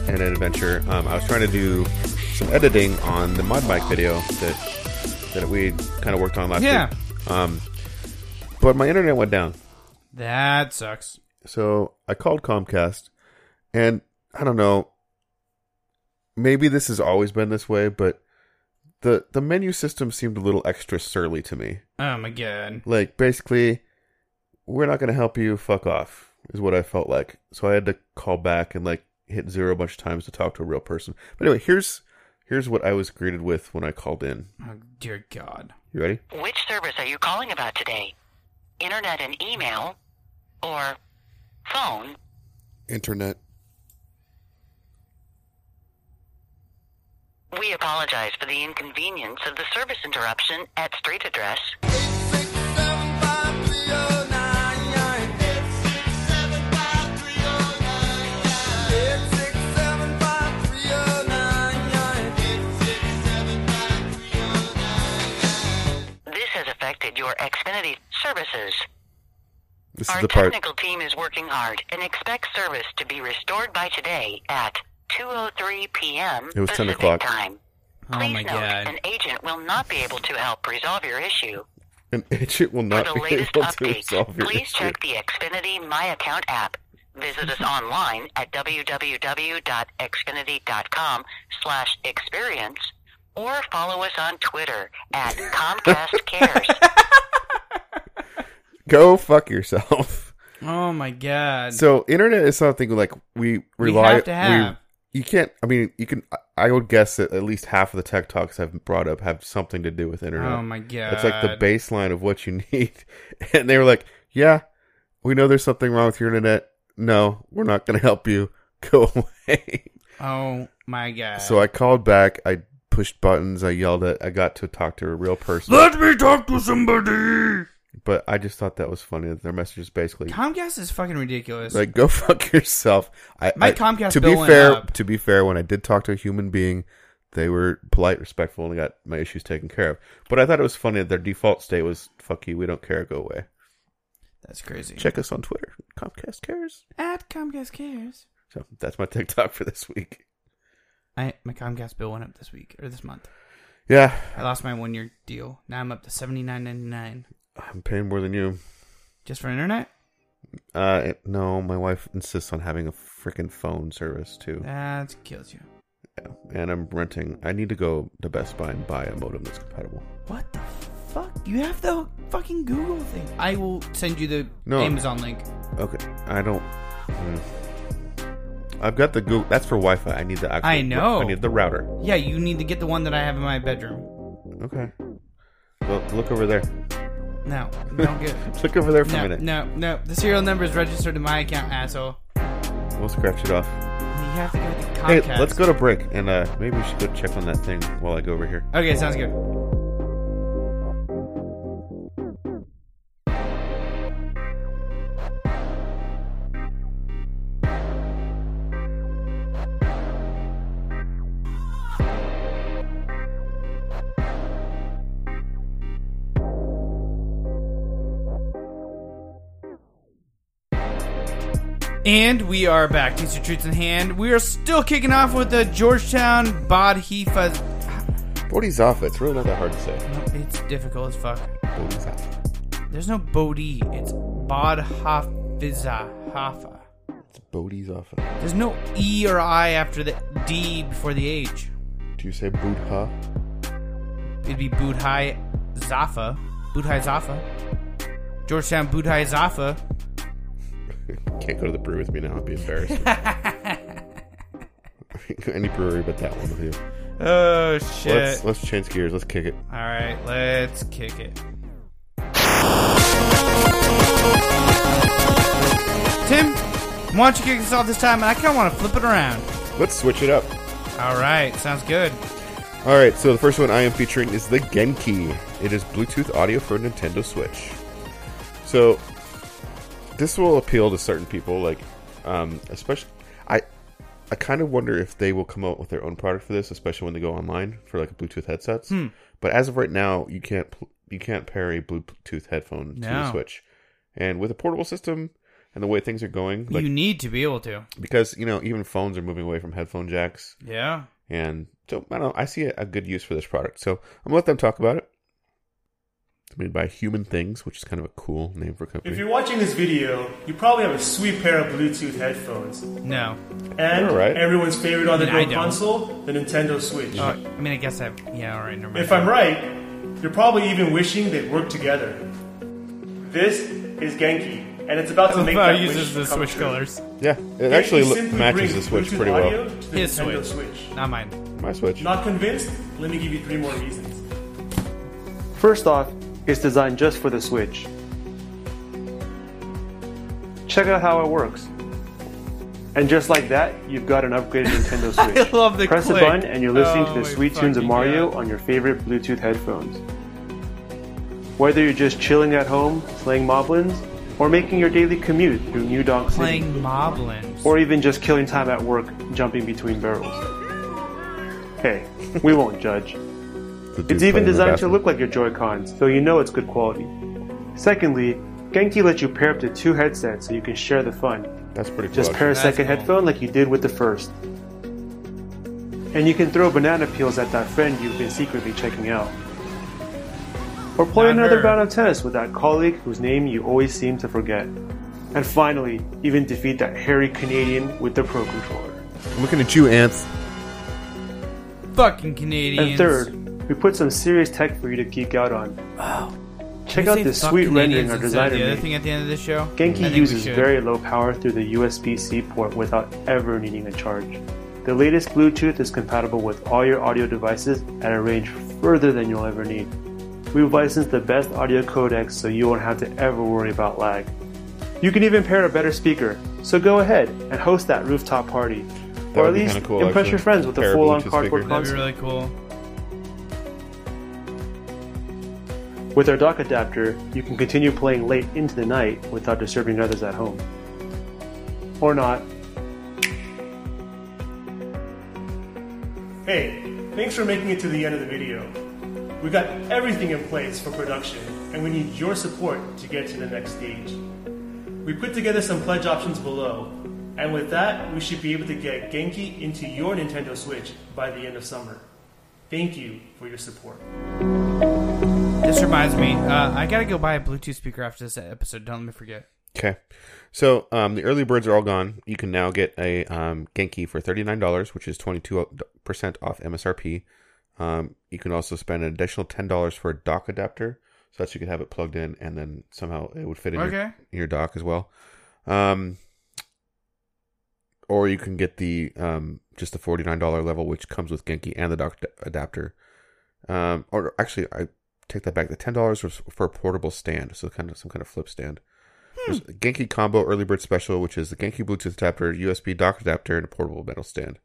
Speaker 4: an adventure, um, I was trying to do some editing on the mud bike video that that we kind of worked on last
Speaker 3: Yeah.
Speaker 4: week. Um, but my internet went down.
Speaker 3: That sucks.
Speaker 4: So I called Comcast, and I don't know. Maybe this has always been this way, but the the menu system seemed a little extra surly to me.
Speaker 3: Oh my god.
Speaker 4: Like basically, we're not going to help you. Fuck off is what I felt like. So I had to call back and like hit zero a bunch of times to talk to a real person. But anyway, here's here's what I was greeted with when I called in.
Speaker 3: Oh dear god.
Speaker 4: You ready?
Speaker 6: Which service are you calling about today? Internet and email? Or phone?
Speaker 7: Internet.
Speaker 6: We apologize for the inconvenience of the service interruption at street address. This has affected your Xfinity services.
Speaker 4: This
Speaker 6: Our
Speaker 4: is the part. [laughs]
Speaker 6: technical team is working hard and expects service to be restored by today at 2:03 p.m.
Speaker 4: It was 10
Speaker 6: Pacific
Speaker 4: o'clock.
Speaker 6: time.
Speaker 3: Oh
Speaker 6: Please
Speaker 3: my
Speaker 6: note,
Speaker 3: god.
Speaker 6: an agent will not be able to help resolve your issue.
Speaker 4: An agent will
Speaker 6: For
Speaker 4: not
Speaker 6: the
Speaker 4: be
Speaker 6: latest
Speaker 4: able to resolve
Speaker 6: updates,
Speaker 4: your
Speaker 6: please
Speaker 4: issue.
Speaker 6: check the Xfinity My Account app. Visit us online at www.xfinity.com slash experience or follow us on Twitter at Comcast Cares.
Speaker 4: Go fuck yourself. [laughs]
Speaker 3: Oh my god.
Speaker 4: So internet is something like we rely.
Speaker 3: have to have.
Speaker 4: you can't. I mean, you can. I would guess that at least half of the tech talks I've brought up have something to do with internet.
Speaker 3: oh my god.
Speaker 4: uh, It's like the baseline of what you [laughs] need. And they were like, "Yeah, we know there's something wrong with your internet. No, we're not going to help you. [laughs] Go away."
Speaker 3: Oh my god.
Speaker 4: so uh, I called back. I pushed buttons. I yelled at. I got to talk to a real person.
Speaker 3: Let me talk to somebody.
Speaker 4: But I just thought that was funny. that Their message is basically
Speaker 3: Comcast is fucking ridiculous.
Speaker 4: like, "Go [laughs] fuck yourself." I,
Speaker 3: My
Speaker 4: I-
Speaker 3: Comcast
Speaker 4: To
Speaker 3: bill
Speaker 4: be
Speaker 3: went
Speaker 4: fair,
Speaker 3: up.
Speaker 4: to be fair, when I did talk to a human being. They were polite, respectful, and I got my issues taken care of. But I thought it was funny that their default state was "fuck you, we don't care, go away."
Speaker 3: That's crazy.
Speaker 4: Check us on Twitter, Comcast cares.
Speaker 3: At Comcast cares.
Speaker 4: So that's my [laughs] TikTok for this week.
Speaker 3: I my Comcast bill went up this week or this month.
Speaker 4: Yeah,
Speaker 3: I lost my one year deal. Now I'm up to seventy nine ninety nine
Speaker 4: I'm paying more than you.
Speaker 3: just for internet.
Speaker 4: Uh, it- no, my wife insists on having a freaking phone service too,
Speaker 3: That kills you.
Speaker 4: Yeah. and I'm renting. I need to go to Best Buy and buy a modem that's compatible.
Speaker 3: What the fuck? You have the fucking Google thing. I will send you the
Speaker 4: No.
Speaker 3: Amazon link.
Speaker 4: Okay, I don't. mm. I've got the Google. That's for Wi-Fi. I need the actual.
Speaker 3: I know.
Speaker 4: I need the router.
Speaker 3: Yeah, you need to get the one that I have in my bedroom.
Speaker 4: Okay. Well, look over there.
Speaker 3: No, no
Speaker 4: [laughs]
Speaker 3: good.
Speaker 4: Look over there for
Speaker 3: No,
Speaker 4: a minute.
Speaker 3: no, no. The serial number is registered to my account, asshole.
Speaker 4: We'll scratch it off.
Speaker 3: You have to go to
Speaker 4: Hey,
Speaker 3: Comcast.
Speaker 4: let's go to break, and uh, maybe we should go check on that thing while I go over here.
Speaker 3: Okay, sounds good. And we are back. Taste your treats in hand. We are still kicking off with the Georgetown Bod Hifa
Speaker 4: Bodhisattva. It's really not that hard to say.
Speaker 3: no, It's difficult as fuck.
Speaker 4: Bodhisattva.
Speaker 3: There's no Bodhi. It's Bodhafiza Hafa.
Speaker 4: It's Bodhisattva.
Speaker 3: There's no E or I after the D before the H.
Speaker 4: Do you say Buddha?
Speaker 3: It'd be Budhai Zafa. Budhai Zafa. Georgetown Budhai Zafa.
Speaker 4: Can't go to the brewery with me now. I'd be embarrassed.
Speaker 3: [laughs]
Speaker 4: [laughs] Any brewery but that one with you.
Speaker 3: Oh,
Speaker 4: Let's let's change gears. Let's kick it.
Speaker 3: Alright, let's kick it. Tim, why don't you kick us off this time? I kind of want to flip it around.
Speaker 4: Let's switch it up.
Speaker 3: Alright, sounds good.
Speaker 4: All right. So the first one I am featuring is the Genki. It is Bluetooth audio for Nintendo Switch. So this will appeal to certain people, like um, especially I. I kind of wonder if they will come out with their own product for this, especially when they go online for like Bluetooth headsets.
Speaker 3: Hmm.
Speaker 4: But as of right now, you can't pl- you can't pair a Bluetooth headphone to
Speaker 3: No.
Speaker 4: the Switch, and with a portable system and the way things are going, like
Speaker 3: you need to be able to.
Speaker 4: because you know even phones are moving away from headphone jacks,
Speaker 3: Yeah.
Speaker 4: and so I don't know. I see a, a good use for this product, so I'm gonna let them talk about it. made by Human Things, which is kind of a cool name for a
Speaker 7: If
Speaker 4: company.
Speaker 7: you're watching this video, you probably have a sweet pair of Bluetooth headphones
Speaker 3: No.
Speaker 7: and
Speaker 4: All right.
Speaker 7: everyone's favorite on the go
Speaker 3: I don't.
Speaker 7: console, the Nintendo Switch.
Speaker 3: Uh, I mean, I guess I. Yeah, all right. Never mind.
Speaker 7: If I'm right, you're probably even wishing they'd work together. This is Genki, and it's about to make
Speaker 3: Wow,
Speaker 7: that
Speaker 3: he
Speaker 7: wish
Speaker 3: Oh, uses the
Speaker 7: come
Speaker 3: Switch
Speaker 7: true.
Speaker 3: colors.
Speaker 4: yeah, it
Speaker 7: Genki
Speaker 4: actually lo-
Speaker 7: simply
Speaker 4: matches
Speaker 7: brings
Speaker 4: the Switch
Speaker 7: Bluetooth
Speaker 4: pretty
Speaker 7: audio
Speaker 4: well.
Speaker 7: to the
Speaker 3: His
Speaker 7: Nintendo
Speaker 3: Switch.
Speaker 7: Switch.
Speaker 3: Not mine.
Speaker 4: My Switch.
Speaker 7: Not convinced? Let me give you three more reasons.
Speaker 8: First off, it's designed just for the Switch. Check out how it works. And just like that, you've got an
Speaker 3: [laughs]
Speaker 8: upgraded Nintendo Switch.
Speaker 3: love the
Speaker 8: Press
Speaker 3: click.
Speaker 8: a button and you're listening
Speaker 3: Oh
Speaker 8: to the
Speaker 3: my
Speaker 8: sweet tunes of
Speaker 3: fucking
Speaker 8: Mario
Speaker 3: God.
Speaker 8: on your favorite Bluetooth headphones. Whether you're just chilling at home, playing Moblins, or making your daily commute through New Donk City,
Speaker 3: Playing Moblins.
Speaker 8: or even just killing time at work jumping between barrels. Hey, we won't judge.
Speaker 4: The dude
Speaker 8: It's even
Speaker 4: playing in the
Speaker 8: designed to
Speaker 4: bathroom.
Speaker 8: look like your Joy-Cons, so you know it's good quality. Secondly, Genki lets you pair up to two headsets so you can share the fun.
Speaker 4: That's pretty cool.
Speaker 8: Just pair a
Speaker 4: actually.
Speaker 8: second
Speaker 3: cool.
Speaker 8: headphone like you did with the first. And you can throw banana peels at that friend you've been secretly checking out. Or play
Speaker 3: Not
Speaker 8: another
Speaker 3: her.
Speaker 8: round of tennis with that colleague whose name you always seem to forget. And finally, even defeat that hairy Canadian with the Pro Controller.
Speaker 4: I'm looking at you, Ants.
Speaker 3: Fucking Canadians.
Speaker 8: And third, we put some serious tech for you to geek out on. Wow. Check
Speaker 3: We
Speaker 8: out
Speaker 3: say
Speaker 8: this
Speaker 3: fuck
Speaker 8: sweet rendering
Speaker 3: Canadians
Speaker 8: our
Speaker 3: instead of
Speaker 8: designer
Speaker 3: The other
Speaker 8: made.
Speaker 3: thing at the end of this show. I think
Speaker 8: Genki
Speaker 3: we
Speaker 8: uses
Speaker 3: should.
Speaker 8: very low power through the USB-C port without ever needing a charge. The latest Bluetooth is compatible with all your audio devices at a range further than you'll ever need. We've licensed the best audio codecs so you won't have to ever worry about lag. You can even pair a better speaker, so go ahead and host that rooftop party.
Speaker 4: That
Speaker 8: or
Speaker 4: would
Speaker 8: at
Speaker 4: be
Speaker 8: least
Speaker 4: kinda cool,
Speaker 8: impress
Speaker 4: actually.
Speaker 8: your friends with a
Speaker 4: Pair of
Speaker 8: full-on
Speaker 4: Bluetooth
Speaker 8: cardboard
Speaker 4: speakers.
Speaker 3: That'd be
Speaker 8: console.
Speaker 3: really cool.
Speaker 8: With our dock adapter, you can continue playing late into the night without disturbing others at home. Or not.
Speaker 7: Hey, thanks for making it to the end of the video. We got everything in place for production, and we need your support to get to the next stage. We put together some pledge options below, and with that, we should be able to get Genki into your Nintendo Switch by the end of summer. Thank you for your support.
Speaker 3: This reminds me. Uh, I gotta go buy a Bluetooth speaker after this episode. Don't let me forget.
Speaker 4: Okay. So um, the early birds are all gone. You can now get a um, Genki for $39, which is 22% off MSRP. Um, you can also spend an additional $10 for a dock adapter so that you can have it plugged in and then somehow it would fit in, your,
Speaker 3: Okay.
Speaker 4: in your dock as well. Um, or you can get the um, just the $49 level, which comes with Genki and the dock ad- adapter. Um, or actually, I take that back. The $10 was for a portable stand, so kind of some kind of flip stand. There's a Genki Combo Early Bird Special, which is the Genki Bluetooth adapter, USB dock adapter, and a portable metal stand.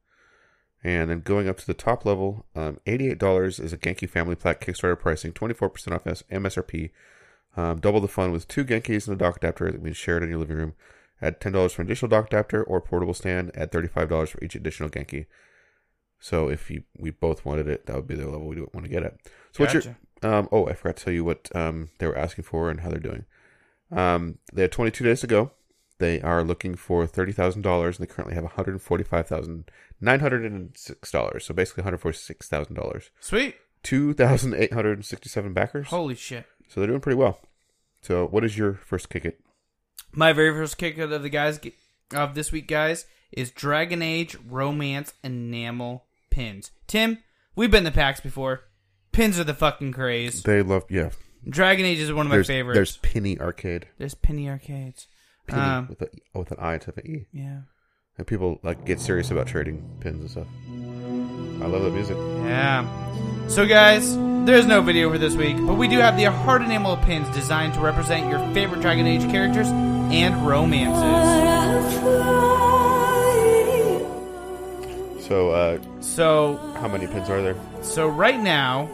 Speaker 4: And then going up to the top level, um, $88 is a Genki Family Pack Kickstarter pricing, 24% off S- MSRP. Um, double the fun with two Genkis and a dock adapter that means shared in your living room. At $10 for an additional dock adapter or portable stand, at $35 for each additional Genki. So if you, we both wanted it, that would be the level we want to get at. So what's your.
Speaker 3: Gotcha.
Speaker 4: Um, oh, I forgot to tell you what um, they were asking for and how they're doing. Um, they had 22 days to go. They are looking for thirty thousand dollars, and they currently have one hundred forty-five thousand nine hundred and six dollars. So basically, one hundred forty-six thousand dollars,
Speaker 3: Sweet.
Speaker 4: two thousand eight hundred and sixty-seven backers.
Speaker 3: Holy shit.
Speaker 4: So they're doing pretty well. So, what is your first kick? It
Speaker 3: My very first kick out of the guys of this week, guys, is Dragon Age Romance Enamel Pins. Tim, we've been to packs before. Pins are the fucking craze.
Speaker 4: they love. Yeah,
Speaker 3: Dragon Age is one of my
Speaker 4: there's,
Speaker 3: favorites.
Speaker 4: There's Penny Arcade,
Speaker 3: There's penny arcades.
Speaker 4: Penny
Speaker 3: Um,
Speaker 4: with, a, with an I instead of an E,
Speaker 3: yeah.
Speaker 4: and people like get serious about trading pins and stuff. I love the music.
Speaker 3: Yeah. So, guys, there's no video for this week, but we do have the heart enamel pins designed to represent your favorite Dragon Age characters and romances.
Speaker 4: So, uh,
Speaker 3: So,
Speaker 4: how many pins are there?
Speaker 3: so right now,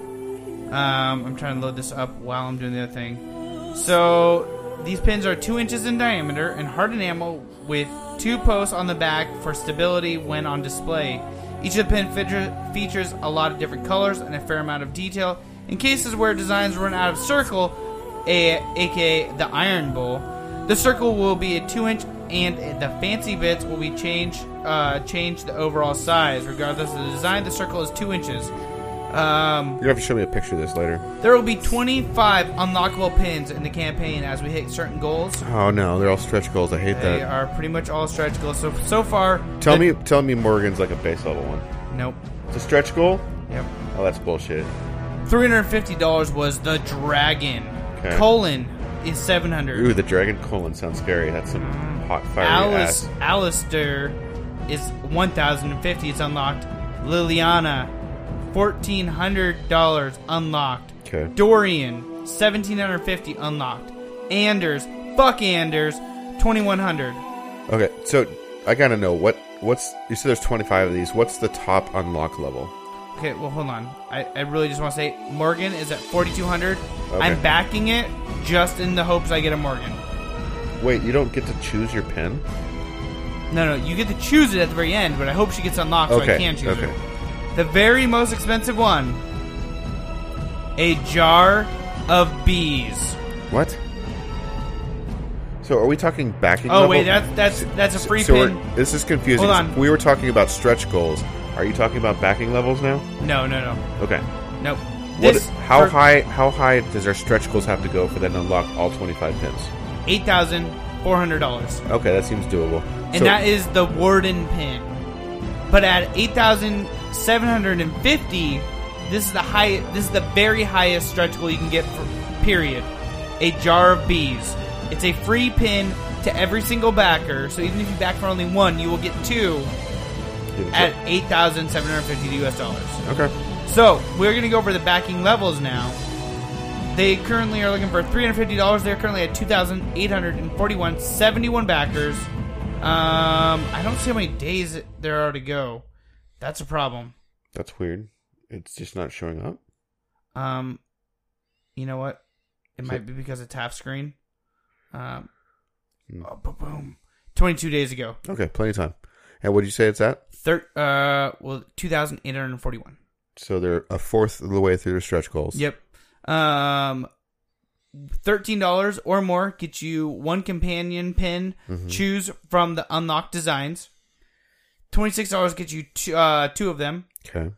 Speaker 3: um, I'm trying to load this up while I'm doing the other thing. So, these pins are two inches in diameter and heart enamel with two posts on the back for stability when on display. Each of the pin feature- features a lot of different colors and a fair amount of detail. In cases where designs run out of circle, a, aka the Iron Bowl. The circle will be a two inch, and the fancy bits will be changed, uh, change the overall size. Regardless of the design, the circle is two inches. Um,
Speaker 4: You have to show me a picture of this later.
Speaker 3: there will be 25 unlockable pins in the campaign as we hit certain goals.
Speaker 4: Oh no, they're all stretch goals. I hate
Speaker 3: They
Speaker 4: that.
Speaker 3: are pretty much all stretch goals. So so far,
Speaker 4: Tell
Speaker 3: the-
Speaker 4: me, tell me, Morgan's like a base level one.
Speaker 3: Nope.
Speaker 4: It's a stretch goal.
Speaker 3: Yep.
Speaker 4: Oh, that's bullshit.
Speaker 3: Three hundred fifty dollars was the dragon.
Speaker 4: Okay.
Speaker 3: Colon is seven hundred.
Speaker 4: Ooh, the dragon colon sounds scary. That's some
Speaker 3: Mm.
Speaker 4: hot fire
Speaker 3: Alice
Speaker 4: ass.
Speaker 3: Alistair is one thousand and fifty. It's unlocked. Liliana, fourteen hundred dollars unlocked.
Speaker 4: Okay.
Speaker 3: Dorian, seventeen hundred fifty unlocked. Anders, fuck Anders, twenty one hundred.
Speaker 4: Okay, so I gotta know what what's you said there's 25 of these. What's the top unlock level?
Speaker 3: Okay, well hold on. I, I really just want to say Morgan is at forty two hundred.
Speaker 4: Okay.
Speaker 3: I'm backing it just in the hopes I get a Morgan.
Speaker 4: Wait, you don't get to choose your pen?
Speaker 3: No, no, you get to choose it at the very end, but I hope she gets unlocked so I
Speaker 4: okay,
Speaker 3: can choose
Speaker 4: okay.
Speaker 3: it. The very most expensive one a jar of bees.
Speaker 4: What? So are we talking backing?
Speaker 3: Oh,
Speaker 4: level?
Speaker 3: wait, that's that's that's a free
Speaker 4: so we're-
Speaker 3: pin.
Speaker 4: This is confusing.
Speaker 3: Hold on.
Speaker 4: We were talking about stretch goals. Are you talking about backing levels now?
Speaker 3: No, no, no,
Speaker 4: Okay.
Speaker 3: nope.
Speaker 4: What-
Speaker 3: This
Speaker 4: how
Speaker 3: for
Speaker 4: high? How high does our stretch goals have to go for that to unlock all 25 pins?
Speaker 3: Eight thousand four hundred dollars,
Speaker 4: Okay, that seems doable.
Speaker 3: and
Speaker 4: So-
Speaker 3: that is the warden pin. But at eight thousand seven hundred and fifty, this is the high. This is the very highest stretch goal you can get. For, period. A jar of bees. It's a free pin to every single backer. So even if you back for only one, you will get two at eight thousand seven hundred fifty U.S. dollars.
Speaker 4: okay.
Speaker 3: So we're gonna go over the backing levels now. They currently are looking for three hundred fifty dollars. They're currently at two thousand eight hundred and forty-one, seventy-one backers. Um, I don't see how many days there are to go. That's a problem.
Speaker 4: That's weird. It's just not showing up.
Speaker 3: Um, you know what? It might be because of tap screen. Um, oh, boom, twenty-two days ago.
Speaker 4: Okay, plenty of time. And what did you say it's at?
Speaker 3: Thir- uh, well, two thousand eight hundred forty-one.
Speaker 4: So they're a fourth of the way through their stretch goals.
Speaker 3: Yep. Um, thirteen dollars or more gets you one companion pin.
Speaker 4: Mm-hmm.
Speaker 3: Choose from the unlocked designs. Twenty six dollars gets you two, uh, two of them.
Speaker 4: Okay.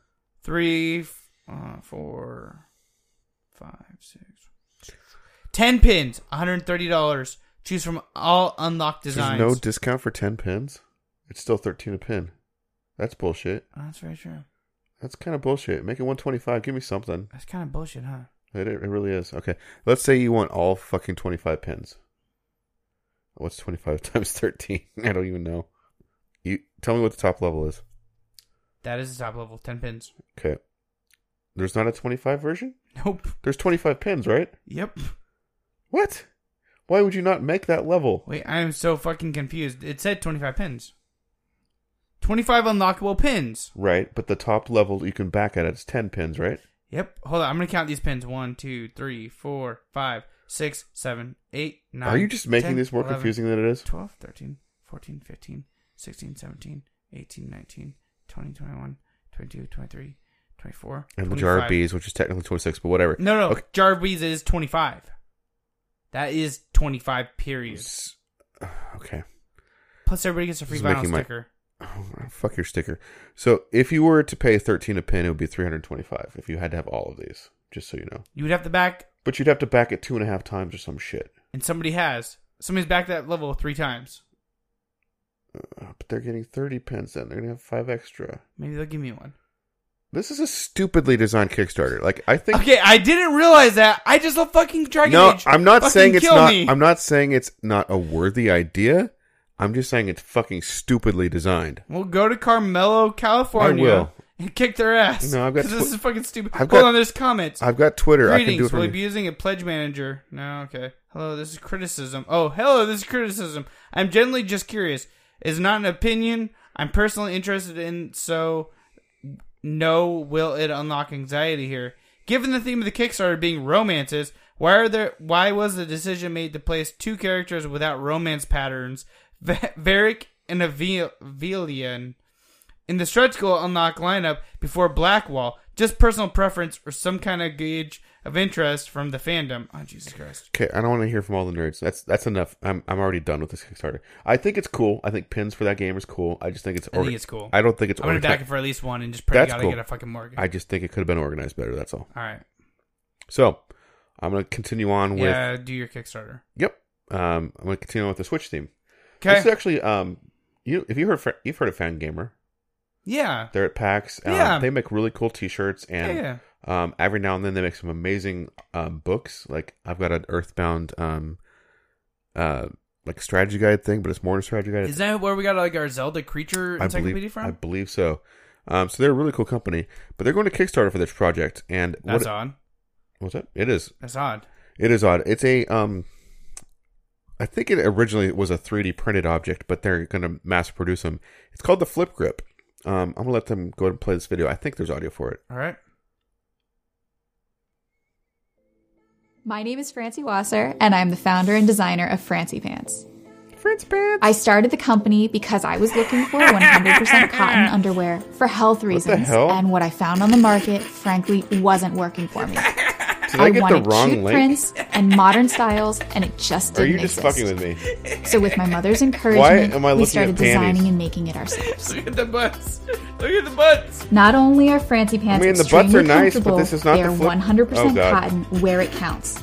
Speaker 3: Three, f- uh, four, five, six. Ten pins, one hundred thirty dollars. Choose from all unlocked designs.
Speaker 4: There's no discount for ten pins. It's still thirteen a pin. That's bullshit.
Speaker 3: Oh, that's very true.
Speaker 4: That's kind of bullshit. Make it one twenty five. Give me something.
Speaker 3: That's kind of bullshit, huh?
Speaker 4: It, it really is. Okay. Let's say you want all fucking 25 pins. What's 25 [laughs] times 13? I don't even know. You tell me what the top level is.
Speaker 3: That is the top level. Ten pins.
Speaker 4: Okay. There's not a 25 version?
Speaker 3: Nope.
Speaker 4: There's 25 pins, right?
Speaker 3: Yep.
Speaker 4: What? Why would you not make that level?
Speaker 3: Wait, I am so fucking confused. It said 25 pins. 25 unlockable pins.
Speaker 4: Right, but the top level you can back at it's 10 pins, right?
Speaker 3: Yep. Hold on. I'm going to count these pins. One, two, three, four, five, six, seven, eight, nine.
Speaker 4: Are you just making
Speaker 3: 10,
Speaker 4: this more
Speaker 3: 11,
Speaker 4: confusing than it is?
Speaker 3: 12, 13, 14, 15, 16, 17, 18, 19, 20, 21, 22, 23, 24.
Speaker 4: And the jar of
Speaker 3: 25.
Speaker 4: bees, which is technically 26, but whatever.
Speaker 3: No, no.
Speaker 4: Okay.
Speaker 3: Jar of bees is 25. That is 25, period.
Speaker 4: S- [sighs] Okay. [sighs]
Speaker 3: Plus, everybody gets a free
Speaker 4: This is
Speaker 3: vinyl
Speaker 4: making my-
Speaker 3: sticker.
Speaker 4: Oh, fuck your sticker. So if you were to pay thirteen a pin, it would be three hundred twenty-five. If you had to have all of these, just so you know.
Speaker 3: You would have to back
Speaker 4: But you'd have to back it two and a half times or some shit.
Speaker 3: and somebody has. Somebody's back that level three times.
Speaker 4: Uh, But they're getting thirty pins then. They're gonna have five extra.
Speaker 3: Maybe they'll give me one.
Speaker 4: This is a stupidly designed Kickstarter. Like I think.
Speaker 3: Okay, I didn't realize that. I just love fucking Dragon
Speaker 4: No,
Speaker 3: Age.
Speaker 4: I'm not
Speaker 3: Fucking
Speaker 4: saying it's
Speaker 3: kill
Speaker 4: not.
Speaker 3: me.
Speaker 4: I'm not saying it's not a worthy idea. I'm just saying it's fucking stupidly designed.
Speaker 3: We'll go to Carmelo, California,
Speaker 4: will.
Speaker 3: and kick their ass.
Speaker 4: No, I've
Speaker 3: [laughs]
Speaker 4: got
Speaker 3: 'Cause
Speaker 4: tw-
Speaker 3: this is fucking stupid.
Speaker 4: I've
Speaker 3: Hold
Speaker 4: got-
Speaker 3: on, there's comments.
Speaker 4: I've got Twitter. I can do it
Speaker 3: Greetings.
Speaker 4: from
Speaker 3: Will you be using a pledge manager? No, okay. Hello, this is criticism. Oh, hello, this is criticism. I'm generally just curious. It's not an opinion. I'm personally interested in, so no, will it unlock anxiety here? Given the theme of the Kickstarter being romances, why are there? Why was the decision made to place two characters without romance patterns, [laughs] V- Varric and Avelian? in the stretch goal unlock lineup before Blackwall, just personal preference or some kind of gauge of interest from the fandom. Oh, Jesus Christ.
Speaker 4: Okay, I don't want to hear from all the nerds. That's that's enough. I'm I'm already done with this Kickstarter. I think it's cool. I think pins for that game is cool. I just think it's.
Speaker 3: think it's cool.
Speaker 4: I don't think it's.
Speaker 3: I'm going to
Speaker 4: organi-
Speaker 3: back it for at least one and just pray to
Speaker 4: That's
Speaker 3: God I
Speaker 4: cool.
Speaker 3: get a fucking mortgage.
Speaker 4: I just think it could have been organized better. That's all.
Speaker 3: All right.
Speaker 4: So I'm gonna continue on with.
Speaker 3: Yeah, do your Kickstarter.
Speaker 4: Yep. Um, I'm gonna continue on with the Switch theme. This is
Speaker 3: Okay.
Speaker 4: actually um, you if you heard fa- you've heard of Fan Gamer.
Speaker 3: Yeah.
Speaker 4: They're at PAX. Um,
Speaker 3: Yeah.
Speaker 4: They make really cool T-shirts and.
Speaker 3: Yeah.
Speaker 4: Um, every now and then they make some amazing um, books. Like I've got an Earthbound um, uh, like strategy guide thing, but it's more than a strategy guide.
Speaker 3: Is that where we got like our Zelda creature
Speaker 4: I
Speaker 3: encyclopedia
Speaker 4: believe,
Speaker 3: from?
Speaker 4: I believe so. Um, so they're a really cool company, but they're going to Kickstarter for this project. And
Speaker 3: That's
Speaker 4: what,
Speaker 3: odd.
Speaker 4: what's it? It is.
Speaker 3: That's odd.
Speaker 4: It is odd. It's a um, I think it originally was a 3D printed object, but they're going to mass produce them. It's called the Flip Grip. Um, I'm gonna let them go ahead and play this video. I think there's audio for it.
Speaker 3: All right.
Speaker 9: My name is Francie Wasser, and I'm the founder and designer of Francie Pants.
Speaker 4: Fritz Pants.
Speaker 9: I started the company because I was looking for 100% cotton underwear for health reasons,
Speaker 4: hell?
Speaker 9: and what I found on the market, frankly, wasn't working for me.
Speaker 4: Did I, get
Speaker 9: wanted
Speaker 4: the wrong
Speaker 9: cute
Speaker 4: link?
Speaker 9: prints and modern styles, and it just
Speaker 4: Are
Speaker 9: didn't
Speaker 4: you just
Speaker 9: exist.
Speaker 4: fucking with me?
Speaker 9: So, with my mother's encouragement,
Speaker 4: am I looking
Speaker 9: we
Speaker 4: at
Speaker 9: started
Speaker 4: panties?
Speaker 9: designing and making it ourselves.
Speaker 3: Look at the butts. Look at the butts.
Speaker 9: Not only are Francie pants
Speaker 4: I mean, the butts
Speaker 9: extremely
Speaker 4: are nice, but
Speaker 9: comfortable,
Speaker 4: this is not
Speaker 9: they
Speaker 4: the
Speaker 9: are
Speaker 4: flip-
Speaker 9: 100%
Speaker 4: Oh, God.
Speaker 9: cotton where it counts.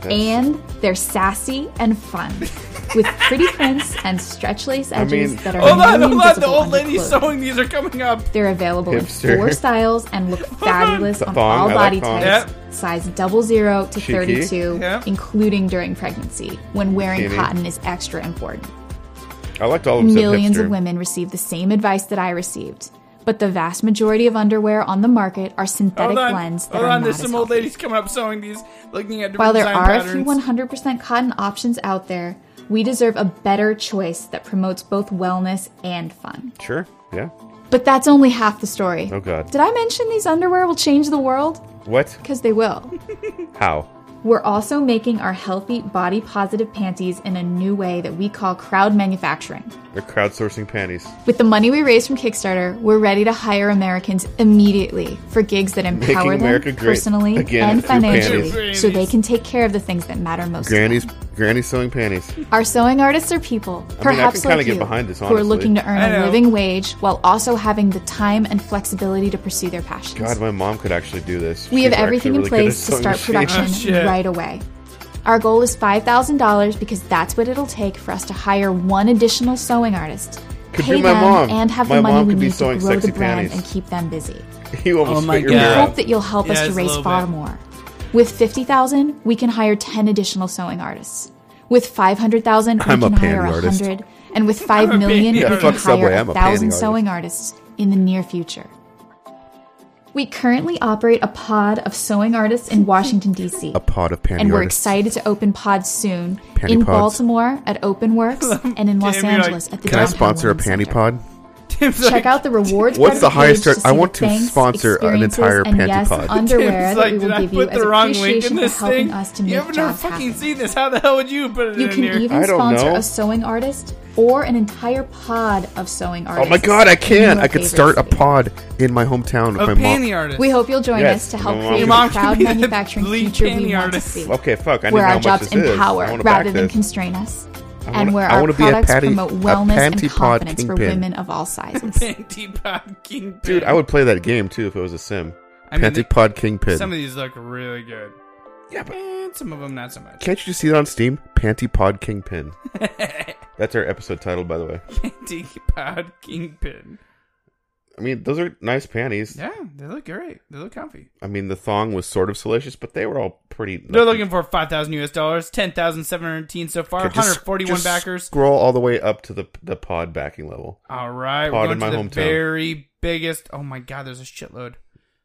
Speaker 4: That's-
Speaker 9: and they're sassy and fun with
Speaker 4: [laughs]
Speaker 9: pretty prints and stretch lace
Speaker 4: I mean-
Speaker 9: edges that are
Speaker 3: Hold on,
Speaker 9: nearly
Speaker 3: hold on. The
Speaker 9: invisible
Speaker 3: old
Speaker 9: under
Speaker 3: lady
Speaker 9: clothes.
Speaker 3: sewing these are coming up.
Speaker 9: They're available
Speaker 4: Hipster.
Speaker 9: in four styles
Speaker 3: [laughs]
Speaker 9: and look fabulous on
Speaker 4: Thong, I
Speaker 9: all
Speaker 4: like
Speaker 9: body
Speaker 4: thongs.
Speaker 9: types, size double zero to
Speaker 4: Cheeky.
Speaker 9: 32,
Speaker 3: Yep.
Speaker 9: including during pregnancy, when wearing
Speaker 4: Skinny.
Speaker 9: cotton is extra important.
Speaker 4: I liked all of them. except
Speaker 9: Millions
Speaker 4: hipster.
Speaker 9: of women receive the same advice that I received. But the vast majority of underwear on the market are synthetic
Speaker 3: Hold on,
Speaker 9: blends that
Speaker 3: hold
Speaker 9: are
Speaker 3: on.
Speaker 9: not
Speaker 3: There's
Speaker 9: as
Speaker 3: some old
Speaker 9: healthy.
Speaker 3: ladies coming up sewing these, looking at different
Speaker 9: While there
Speaker 3: design
Speaker 9: are
Speaker 3: patterns.
Speaker 9: a few 100% cotton options out there, we deserve a better choice that promotes both wellness and fun.
Speaker 4: Sure. Yeah.
Speaker 9: But that's only half the story.
Speaker 4: Oh, God.
Speaker 9: Did I mention these underwear will change the world?
Speaker 4: What?
Speaker 9: Because they will.
Speaker 4: How?
Speaker 9: We're also making our healthy, body positive panties in a new way that we call crowd manufacturing.
Speaker 4: They're crowdsourcing panties.
Speaker 9: With the money we raise from Kickstarter, we're ready to hire Americans immediately for gigs that empower
Speaker 4: America
Speaker 9: them
Speaker 4: great
Speaker 9: personally
Speaker 4: again
Speaker 9: and
Speaker 4: through panties.
Speaker 9: financially so they can take care of the things that matter most. to them.
Speaker 4: Granny's granny's sewing panties.
Speaker 9: Our sewing artists are people,
Speaker 4: I
Speaker 9: perhaps
Speaker 4: can kinda
Speaker 9: like
Speaker 4: get
Speaker 9: you,
Speaker 4: behind this,
Speaker 9: who are
Speaker 4: honestly.
Speaker 9: looking to earn
Speaker 3: I know.
Speaker 9: a living wage while also having the time and flexibility to pursue their passions.
Speaker 4: God, my mom could actually do this.
Speaker 9: we have
Speaker 4: She's
Speaker 9: everything in
Speaker 4: actually really good
Speaker 9: place
Speaker 4: at
Speaker 9: to
Speaker 4: sewing
Speaker 9: start
Speaker 4: machines.
Speaker 3: [laughs]
Speaker 9: production
Speaker 3: Oh, shit.
Speaker 9: right away. Our goal is $5,000 because that's what it'll take for us to hire one additional sewing artist.
Speaker 4: Could
Speaker 9: pay
Speaker 4: be my
Speaker 9: them
Speaker 4: mom.
Speaker 9: and have
Speaker 4: My
Speaker 9: the money
Speaker 4: mom
Speaker 9: we
Speaker 4: could be
Speaker 9: need to
Speaker 4: sewing
Speaker 9: grow
Speaker 4: sexy
Speaker 9: the brand
Speaker 4: panties.
Speaker 9: and keep them busy.
Speaker 4: [laughs] You almost
Speaker 3: Oh my
Speaker 4: spit your
Speaker 3: God.
Speaker 4: beer
Speaker 9: I
Speaker 4: out.
Speaker 9: hope that you'll help
Speaker 3: Yeah,
Speaker 9: us to
Speaker 3: it's a
Speaker 9: raise
Speaker 3: little
Speaker 9: far
Speaker 3: bit.
Speaker 9: more. With 50,000, we can hire 10 additional sewing artists. With 500,000, we
Speaker 4: I'm a
Speaker 9: can hire
Speaker 4: panty artist.
Speaker 9: 100. And with
Speaker 3: [laughs]
Speaker 9: 5
Speaker 3: I'm a
Speaker 9: million,
Speaker 3: panty
Speaker 9: we
Speaker 3: Yeah,
Speaker 9: can
Speaker 3: fuck
Speaker 4: Subway,
Speaker 9: hire
Speaker 4: I'm a
Speaker 9: 1,000
Speaker 4: panty
Speaker 9: sewing artists in the near future. We currently operate a pod of sewing artists in Washington, D.C.
Speaker 4: A pot of panty
Speaker 9: And we're
Speaker 4: artists.
Speaker 9: excited to open pods soon
Speaker 4: Panty
Speaker 9: in
Speaker 4: pods.
Speaker 9: Baltimore at
Speaker 3: [laughs]
Speaker 9: Open Works and in Los
Speaker 3: Damn, you're like,
Speaker 9: Angeles at the
Speaker 4: Can I
Speaker 9: Downtown
Speaker 4: sponsor a
Speaker 9: Women's
Speaker 4: panty
Speaker 9: Center
Speaker 4: pod?
Speaker 3: [laughs] Tim's like,
Speaker 9: check out
Speaker 3: [laughs]
Speaker 9: the rewards.
Speaker 4: What's
Speaker 9: part of
Speaker 4: the highest
Speaker 9: page
Speaker 4: chart-
Speaker 9: see
Speaker 4: I want
Speaker 9: the
Speaker 4: to
Speaker 9: thanks,
Speaker 4: sponsor an
Speaker 9: experiences,
Speaker 4: entire
Speaker 9: and
Speaker 4: panty
Speaker 9: yes,
Speaker 4: pod.
Speaker 9: underwear
Speaker 3: Tim's
Speaker 9: that
Speaker 3: like,
Speaker 9: we
Speaker 3: did
Speaker 9: will
Speaker 3: I
Speaker 9: give you
Speaker 3: put
Speaker 9: as
Speaker 3: the wrong link in
Speaker 9: appreciation for
Speaker 3: this
Speaker 9: helping
Speaker 3: thing?
Speaker 9: us to make
Speaker 3: You haven't never
Speaker 9: jobs
Speaker 3: fucking
Speaker 9: happen.
Speaker 3: seen this. How the hell would you put it
Speaker 9: You
Speaker 3: in
Speaker 9: can
Speaker 3: here?
Speaker 9: even
Speaker 4: I don't
Speaker 9: sponsor
Speaker 4: know.
Speaker 9: a sewing artist or an entire pod of sewing
Speaker 4: Oh
Speaker 9: artists.
Speaker 4: my god, I
Speaker 9: in
Speaker 4: can!
Speaker 9: your
Speaker 4: I could
Speaker 9: favorite
Speaker 4: start a
Speaker 9: city.
Speaker 4: pod in my hometown
Speaker 3: a
Speaker 4: with my
Speaker 3: panty
Speaker 4: mom.
Speaker 3: artist. [laughs]
Speaker 9: We hope you'll join
Speaker 4: Yes,
Speaker 9: us to help
Speaker 4: my mom
Speaker 9: create
Speaker 4: can-
Speaker 9: the
Speaker 3: Your mom
Speaker 9: proud
Speaker 3: can be the
Speaker 9: manufacturing
Speaker 3: lead
Speaker 9: future we
Speaker 3: panty
Speaker 9: want to
Speaker 3: artist.
Speaker 9: see.
Speaker 4: Okay, fuck. I need
Speaker 9: where
Speaker 4: to know
Speaker 9: our
Speaker 4: how much
Speaker 9: jobs
Speaker 4: this is. I
Speaker 9: empower
Speaker 4: want to back
Speaker 9: rather than
Speaker 4: this.
Speaker 9: constrain us,
Speaker 4: wanna-
Speaker 9: and where
Speaker 4: I
Speaker 9: our
Speaker 4: wanna be a
Speaker 9: products
Speaker 4: patty-
Speaker 9: promote
Speaker 4: a
Speaker 9: wellness and
Speaker 4: panty pod
Speaker 9: confidence for
Speaker 4: kingpin.
Speaker 9: women
Speaker 4: [laughs]
Speaker 9: of all sizes.
Speaker 3: panty pod kingpin.
Speaker 4: Dude, I would play that game too if it was a sim.
Speaker 3: I mean,
Speaker 4: panty
Speaker 3: they-
Speaker 4: pod kingpin.
Speaker 3: Some of these look really good.
Speaker 4: yeah, but
Speaker 3: And some of them not so much.
Speaker 4: Can't you just see that on Steam? Panty
Speaker 3: [laughs]
Speaker 4: Pod Kingpin. That's our episode title, by the way.
Speaker 3: Panty pod kingpin.
Speaker 4: I mean, those are nice panties.
Speaker 3: Yeah, they look great. They look comfy.
Speaker 4: I mean, the thong was sort of salacious, but they were all pretty.
Speaker 3: They're looking for five thousand US dollars, ten thousand seven hundred ten so far,
Speaker 4: Okay,
Speaker 3: one
Speaker 4: just-
Speaker 3: hundred forty one
Speaker 4: just
Speaker 3: backers.
Speaker 4: Scroll all the way up to the the pod backing level.
Speaker 3: All right,
Speaker 4: Pod
Speaker 3: we're
Speaker 4: in
Speaker 3: going to
Speaker 4: my
Speaker 3: the
Speaker 4: hometown.
Speaker 3: very biggest. Oh my god, there's a shitload.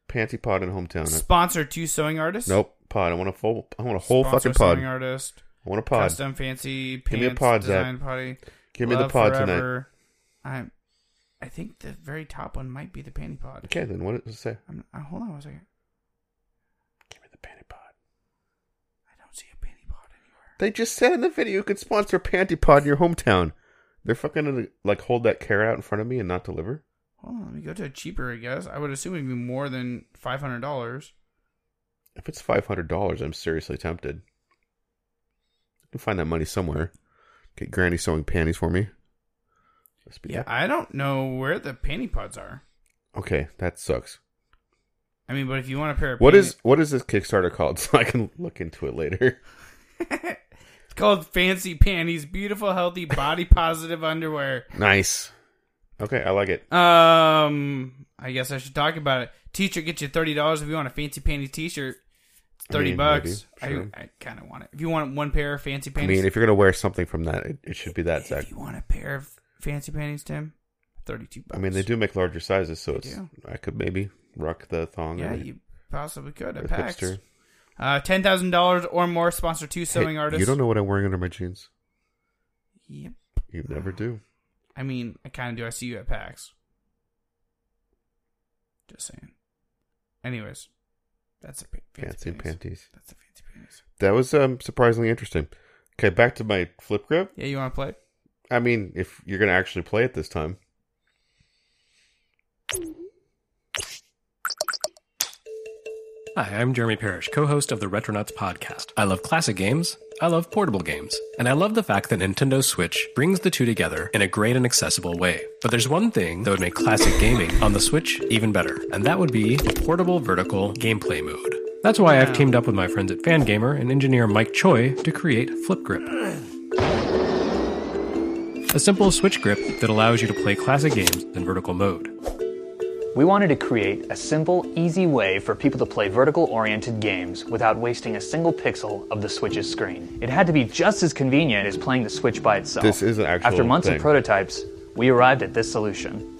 Speaker 4: Panty pod in hometown.
Speaker 3: Sponsor two sewing artists.
Speaker 4: nope, pod. I want a full. I want a whole
Speaker 3: Sponsor
Speaker 4: fucking pod.
Speaker 3: Sewing artist.
Speaker 4: I want a pod.
Speaker 3: Custom fancy pants.
Speaker 4: Give me a pod, Zach.
Speaker 3: design potty.
Speaker 4: Give me the
Speaker 3: Love
Speaker 4: pod
Speaker 3: forever. I'm. I think the very top one might be the panty pod.
Speaker 4: Okay, then what does it say?
Speaker 3: I'm, uh, hold on one second.
Speaker 4: Give me the panty pod.
Speaker 3: I don't see a panty pod anywhere.
Speaker 4: They just said in the video you could sponsor a panty pod in your hometown. They're fucking gonna, like hold that carrot out in front of me and not deliver.
Speaker 3: Well, let me go to a cheaper, I guess. I would assume it'd be more than five hundred dollars.
Speaker 4: If it's five hundred dollars, I'm seriously tempted. I can find that money somewhere. Get Granny sewing panties for me. Let's be-
Speaker 3: Yeah, I don't know where the panty pods are.
Speaker 4: Okay, that sucks.
Speaker 3: I mean, but if you want a pair of
Speaker 4: What
Speaker 3: panty-
Speaker 4: is what is this Kickstarter called? [laughs] So I can look into it later.
Speaker 3: it's called fancy panties, beautiful, healthy, body [laughs] positive underwear.
Speaker 4: Nice. Okay, I like it.
Speaker 3: Um, I guess I should talk about it. T-shirt gets you thirty dollars if you want a fancy panty T-shirt. It's
Speaker 4: I
Speaker 3: thirty
Speaker 4: mean,
Speaker 3: bucks.
Speaker 4: maybe, sure.
Speaker 3: I, I kind of want it. If you want one pair of fancy
Speaker 4: I
Speaker 3: panties,
Speaker 4: mean, if you're gonna wear something from that, it, it should be that
Speaker 3: if
Speaker 4: Zach.
Speaker 3: you want a pair of fancy panties, Tim, thirty-two bucks.
Speaker 4: I mean, they do make larger sizes, so it's
Speaker 3: do.
Speaker 4: I could maybe rock the thong.
Speaker 3: Yeah,
Speaker 4: and the-
Speaker 3: you possibly could.
Speaker 4: or
Speaker 3: A
Speaker 4: the
Speaker 3: PAX.
Speaker 4: hipster.
Speaker 3: Uh, ten thousand dollars or more. Sponsor two sewing
Speaker 4: Hey,
Speaker 3: artists.
Speaker 4: You don't know what I'm wearing under my jeans.
Speaker 3: Yep.
Speaker 4: You never do.
Speaker 3: I mean, I kind of do. I see you at PAX. Just saying. Anyways, that's a pa-
Speaker 4: Fancy panties.
Speaker 3: That's a fancy panties.
Speaker 4: That was um, surprisingly interesting. Okay, back to my flip grip.
Speaker 3: Yeah, you want to play?
Speaker 4: I mean, if you're gonna actually play it this time,
Speaker 10: Hi, I'm Jeremy Parrish, co host of the Retronauts podcast. I love classic games, I love portable games, and I love the fact that Nintendo Switch brings the two together in a great and accessible way. But there's one thing that would make classic gaming on the Switch even better, and that would be a portable vertical gameplay mode. That's why I've teamed up with my friends at Fangamer and engineer Mike Choi to create Flip Grip. A simple Switch grip that allows you to play classic games in vertical mode.
Speaker 11: We wanted to create a simple, easy way for people to play vertical oriented games without wasting a single pixel of the Switch's screen. It had to be just as convenient as playing the Switch by itself.
Speaker 4: This is an actual
Speaker 11: After months
Speaker 4: thing.
Speaker 11: of prototypes, we arrived at this solution.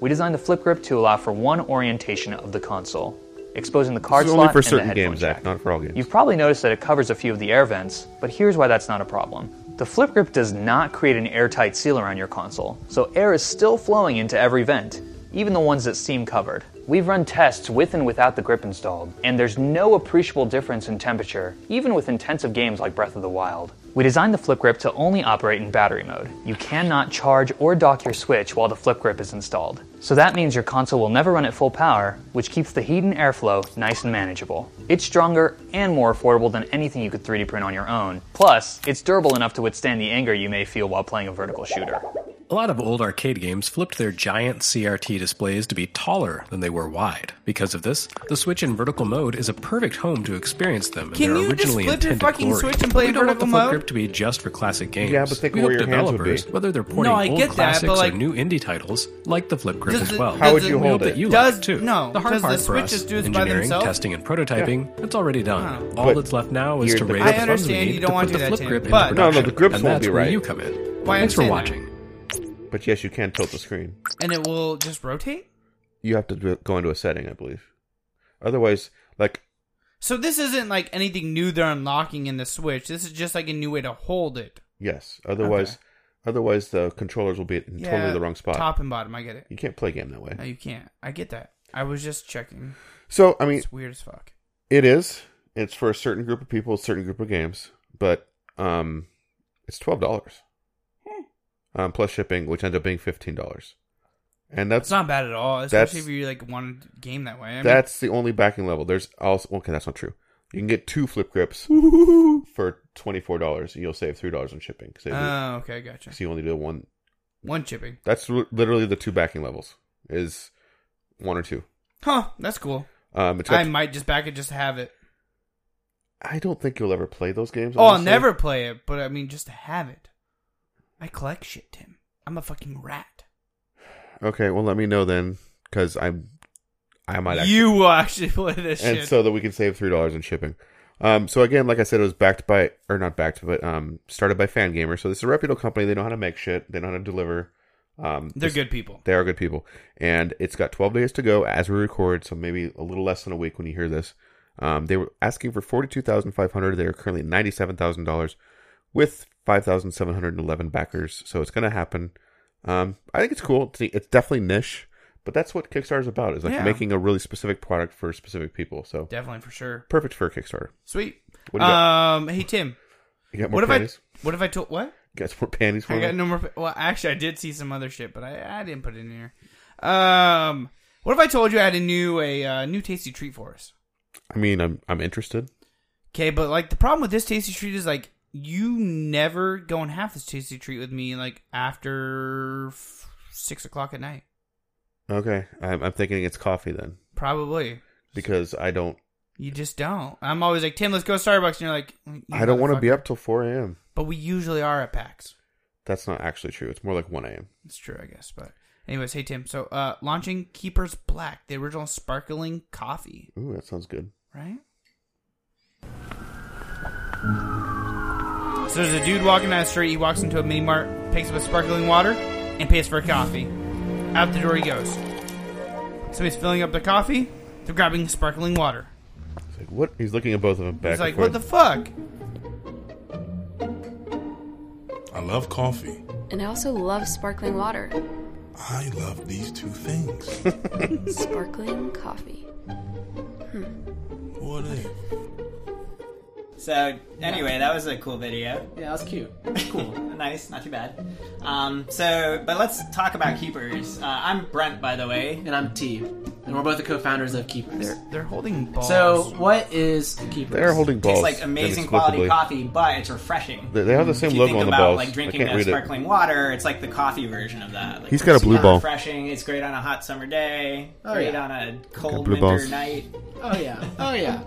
Speaker 11: We designed the flip grip to allow for one orientation of the console, exposing the card
Speaker 4: This is
Speaker 11: slot
Speaker 4: only for
Speaker 11: and the
Speaker 4: certain
Speaker 11: headphone
Speaker 4: games, Zach,
Speaker 11: jack.
Speaker 4: not for all games.
Speaker 11: You've probably noticed that it covers a few of the air vents, but here's why that's not a problem. The flip grip does not create an airtight seal around your console, so air is still flowing into every vent, even the ones that seem covered. We've run tests with and without the grip installed, and there's no appreciable difference in temperature, even with intensive games like Breath of the Wild. We designed the flip grip to only operate in battery mode. You cannot charge or dock your Switch while the flip grip is installed. So that means your console will never run at full power, which keeps the heat and airflow nice and manageable. It's stronger and more affordable than anything you could 3D print on your own. Plus, it's durable enough to withstand the anger you may feel while playing a vertical shooter.
Speaker 10: A lot of old arcade games flipped their giant CRT displays to be taller than they were wide. Because of this, the Switch in vertical mode is a perfect home to experience them. in
Speaker 3: Can
Speaker 10: their
Speaker 3: you just
Speaker 10: originally
Speaker 3: flip your
Speaker 10: intended
Speaker 3: fucking
Speaker 10: glory.
Speaker 3: Switch and play
Speaker 10: we
Speaker 3: in
Speaker 10: don't want
Speaker 3: vertical
Speaker 10: the flip
Speaker 3: mode?
Speaker 10: grip to be just for classic games.
Speaker 4: Yeah, but think
Speaker 10: we
Speaker 4: where
Speaker 10: hope
Speaker 4: your hands would be.
Speaker 10: developers, whether they're porting
Speaker 3: No, I
Speaker 10: old
Speaker 3: get that,
Speaker 10: classics
Speaker 3: but, like-
Speaker 10: or new indie titles, like the flip grip
Speaker 3: Does
Speaker 10: as
Speaker 3: it-
Speaker 10: well.
Speaker 4: How would
Speaker 3: does
Speaker 4: you
Speaker 3: it-
Speaker 10: we
Speaker 4: hold
Speaker 10: hope
Speaker 4: it?
Speaker 10: that you
Speaker 3: Does-
Speaker 10: like it too.
Speaker 3: no,
Speaker 10: the hard
Speaker 3: does the
Speaker 10: part for
Speaker 3: Switch
Speaker 10: us,
Speaker 3: just do this by
Speaker 10: engineering,
Speaker 3: themselves?
Speaker 10: testing, and prototyping, it's already done. All
Speaker 4: But
Speaker 10: that's left now is
Speaker 4: you're
Speaker 10: to
Speaker 4: the-
Speaker 10: raise
Speaker 4: I
Speaker 10: the funds we
Speaker 3: understand
Speaker 10: need
Speaker 3: you don't
Speaker 10: to
Speaker 3: want
Speaker 10: put
Speaker 3: to
Speaker 10: the
Speaker 3: do that,
Speaker 10: flip grip
Speaker 3: Tim,
Speaker 10: into
Speaker 3: but-
Speaker 4: No, no, the
Speaker 10: production,
Speaker 4: grips
Speaker 10: and
Speaker 4: won't
Speaker 10: that's
Speaker 4: be
Speaker 10: where
Speaker 4: right.
Speaker 10: You come in.
Speaker 3: Why
Speaker 10: Thanks for
Speaker 3: understand that.
Speaker 10: watching.
Speaker 4: but yes, you can tilt the screen.
Speaker 3: And it will just rotate.
Speaker 4: You have to do- go into a setting, I believe. Otherwise, like
Speaker 3: So this isn't like anything new they're unlocking in the Switch. This is just like a new way to hold it.
Speaker 4: yes, otherwise,
Speaker 3: Okay.
Speaker 4: otherwise the controllers will be in totally the wrong spot.
Speaker 3: Top and bottom. I get it.
Speaker 4: You can't play a game that way.
Speaker 3: No, you can't. I get that. I was just checking.
Speaker 4: So I mean,
Speaker 3: It's weird as fuck.
Speaker 4: It is. It's for a certain group of people, a certain group of games, but um, it's twelve dollars,
Speaker 3: Hmm.
Speaker 4: um, plus shipping, which ends up being fifteen dollars, and
Speaker 3: That's
Speaker 4: that's
Speaker 3: not bad at all,
Speaker 4: that's-
Speaker 3: especially if you like wanted to game that way. I mean,
Speaker 4: that's the only backing level. There's also okay, that's not true. You can get two flip
Speaker 3: [laughs]
Speaker 4: grips for twenty four dollars, and you'll save three dollars on shipping because
Speaker 3: oh, okay, gotcha.
Speaker 4: you only do one.
Speaker 3: One chipping,
Speaker 4: That's li- literally the two backing levels is one or two.
Speaker 3: huh? That's cool.
Speaker 4: Um, it's got-
Speaker 3: I might just back it, just to have it.
Speaker 4: I don't think you'll ever play those games.
Speaker 3: Oh, I'll
Speaker 4: honestly.
Speaker 3: never play it, but I mean, just to have it. I collect shit, Tim. I'm a fucking rat.
Speaker 4: Okay, well, let me know then, because I'm, I might actually
Speaker 3: You [laughs] will actually play this
Speaker 4: [laughs] and
Speaker 3: shit.
Speaker 4: so that we can save three dollars in shipping. Um, so again, like I said, it was backed by or not backed, but um, started by Fangamer. So this is a reputable company. They know how to make shit. They know how to deliver. Um,
Speaker 3: They're
Speaker 4: this-
Speaker 3: good people.
Speaker 4: They are good people, and it's got twelve days to go as we record. So maybe a little less than a week when you hear this. Um, they were asking for forty two thousand five hundred. They are currently ninety seven thousand dollars with five thousand seven hundred eleven backers. So it's gonna happen. Um, I think it's cool. It's, it's definitely niche, but that's what Kickstarter's about. Is like
Speaker 3: Yeah.
Speaker 4: making a really specific product for specific people. So
Speaker 3: Definitely for sure.
Speaker 4: perfect for a Kickstarter.
Speaker 3: Sweet.
Speaker 4: What do you
Speaker 3: Um, hey Tim,
Speaker 4: You [laughs] got more
Speaker 3: what if I
Speaker 4: panties?
Speaker 3: what if I told what?
Speaker 4: You got some more panties for
Speaker 3: I got
Speaker 4: me?
Speaker 3: no more. Well, actually, I did see some other shit, but I, I didn't put it in here. Um, what if I told you I had a new a uh, new tasty treat for us?
Speaker 4: I mean, I'm I'm interested.
Speaker 3: Okay, but like the problem with this tasty treat is like you never go and have this tasty treat with me like after f- six o'clock at night.
Speaker 4: Okay, I'm, I'm thinking it's coffee then
Speaker 3: Probably
Speaker 4: because I don't
Speaker 3: you just don't. I'm always like Tim, let's go to Starbucks, and you're like, "You
Speaker 4: I don't want to be
Speaker 3: motherfucker."
Speaker 4: up till 4 a.m.
Speaker 3: But we usually are at PAX.
Speaker 4: That's not actually true. It's more like 1 a.m.
Speaker 3: It's true, I guess. But anyways, hey Tim. So uh launching Keepers Black, the original sparkling coffee,
Speaker 4: Ooh, that sounds good.
Speaker 3: right? So there's a dude walking down the street. He walks into a mini mart, picks up a sparkling water, and pays for a coffee. Out the door he goes. Somebody's filling up the coffee. They're grabbing sparkling water.
Speaker 4: It's like what? He's looking at both of them back.
Speaker 3: He's like,
Speaker 4: and
Speaker 3: "What the
Speaker 4: forth.
Speaker 3: fuck?"
Speaker 12: I love coffee.
Speaker 13: And I also love sparkling water.
Speaker 12: I love these two things. [laughs]
Speaker 13: sparkling coffee.
Speaker 12: What is?
Speaker 14: So anyway, that was a cool video. Yeah, that was cute. Cool, [laughs] nice, not too bad. Um, so, but let's talk about keepers. Uh, I'm Brent, by the way, and I'm T, and we're both the co-founders of Keepers. They're,
Speaker 3: they're holding balls.
Speaker 14: So, what is Keepers?
Speaker 4: They're holding
Speaker 14: It's
Speaker 4: balls,
Speaker 14: like amazing quality
Speaker 4: inexplicably.
Speaker 14: coffee, but it's refreshing.
Speaker 4: They- they have the same
Speaker 14: if you
Speaker 4: logo
Speaker 14: think
Speaker 4: on the
Speaker 14: about,
Speaker 4: balls. I
Speaker 14: Like drinking
Speaker 4: can't
Speaker 14: the
Speaker 4: read it.
Speaker 14: sparkling water, it's like the coffee version of that. Like,
Speaker 4: He's got a blue
Speaker 14: super
Speaker 4: ball.
Speaker 14: Refreshing. It's great on a hot summer day.
Speaker 15: Oh,
Speaker 14: great
Speaker 15: yeah.
Speaker 14: on a cold
Speaker 4: blue
Speaker 14: winter
Speaker 4: balls.
Speaker 14: night.
Speaker 15: Oh yeah, oh yeah.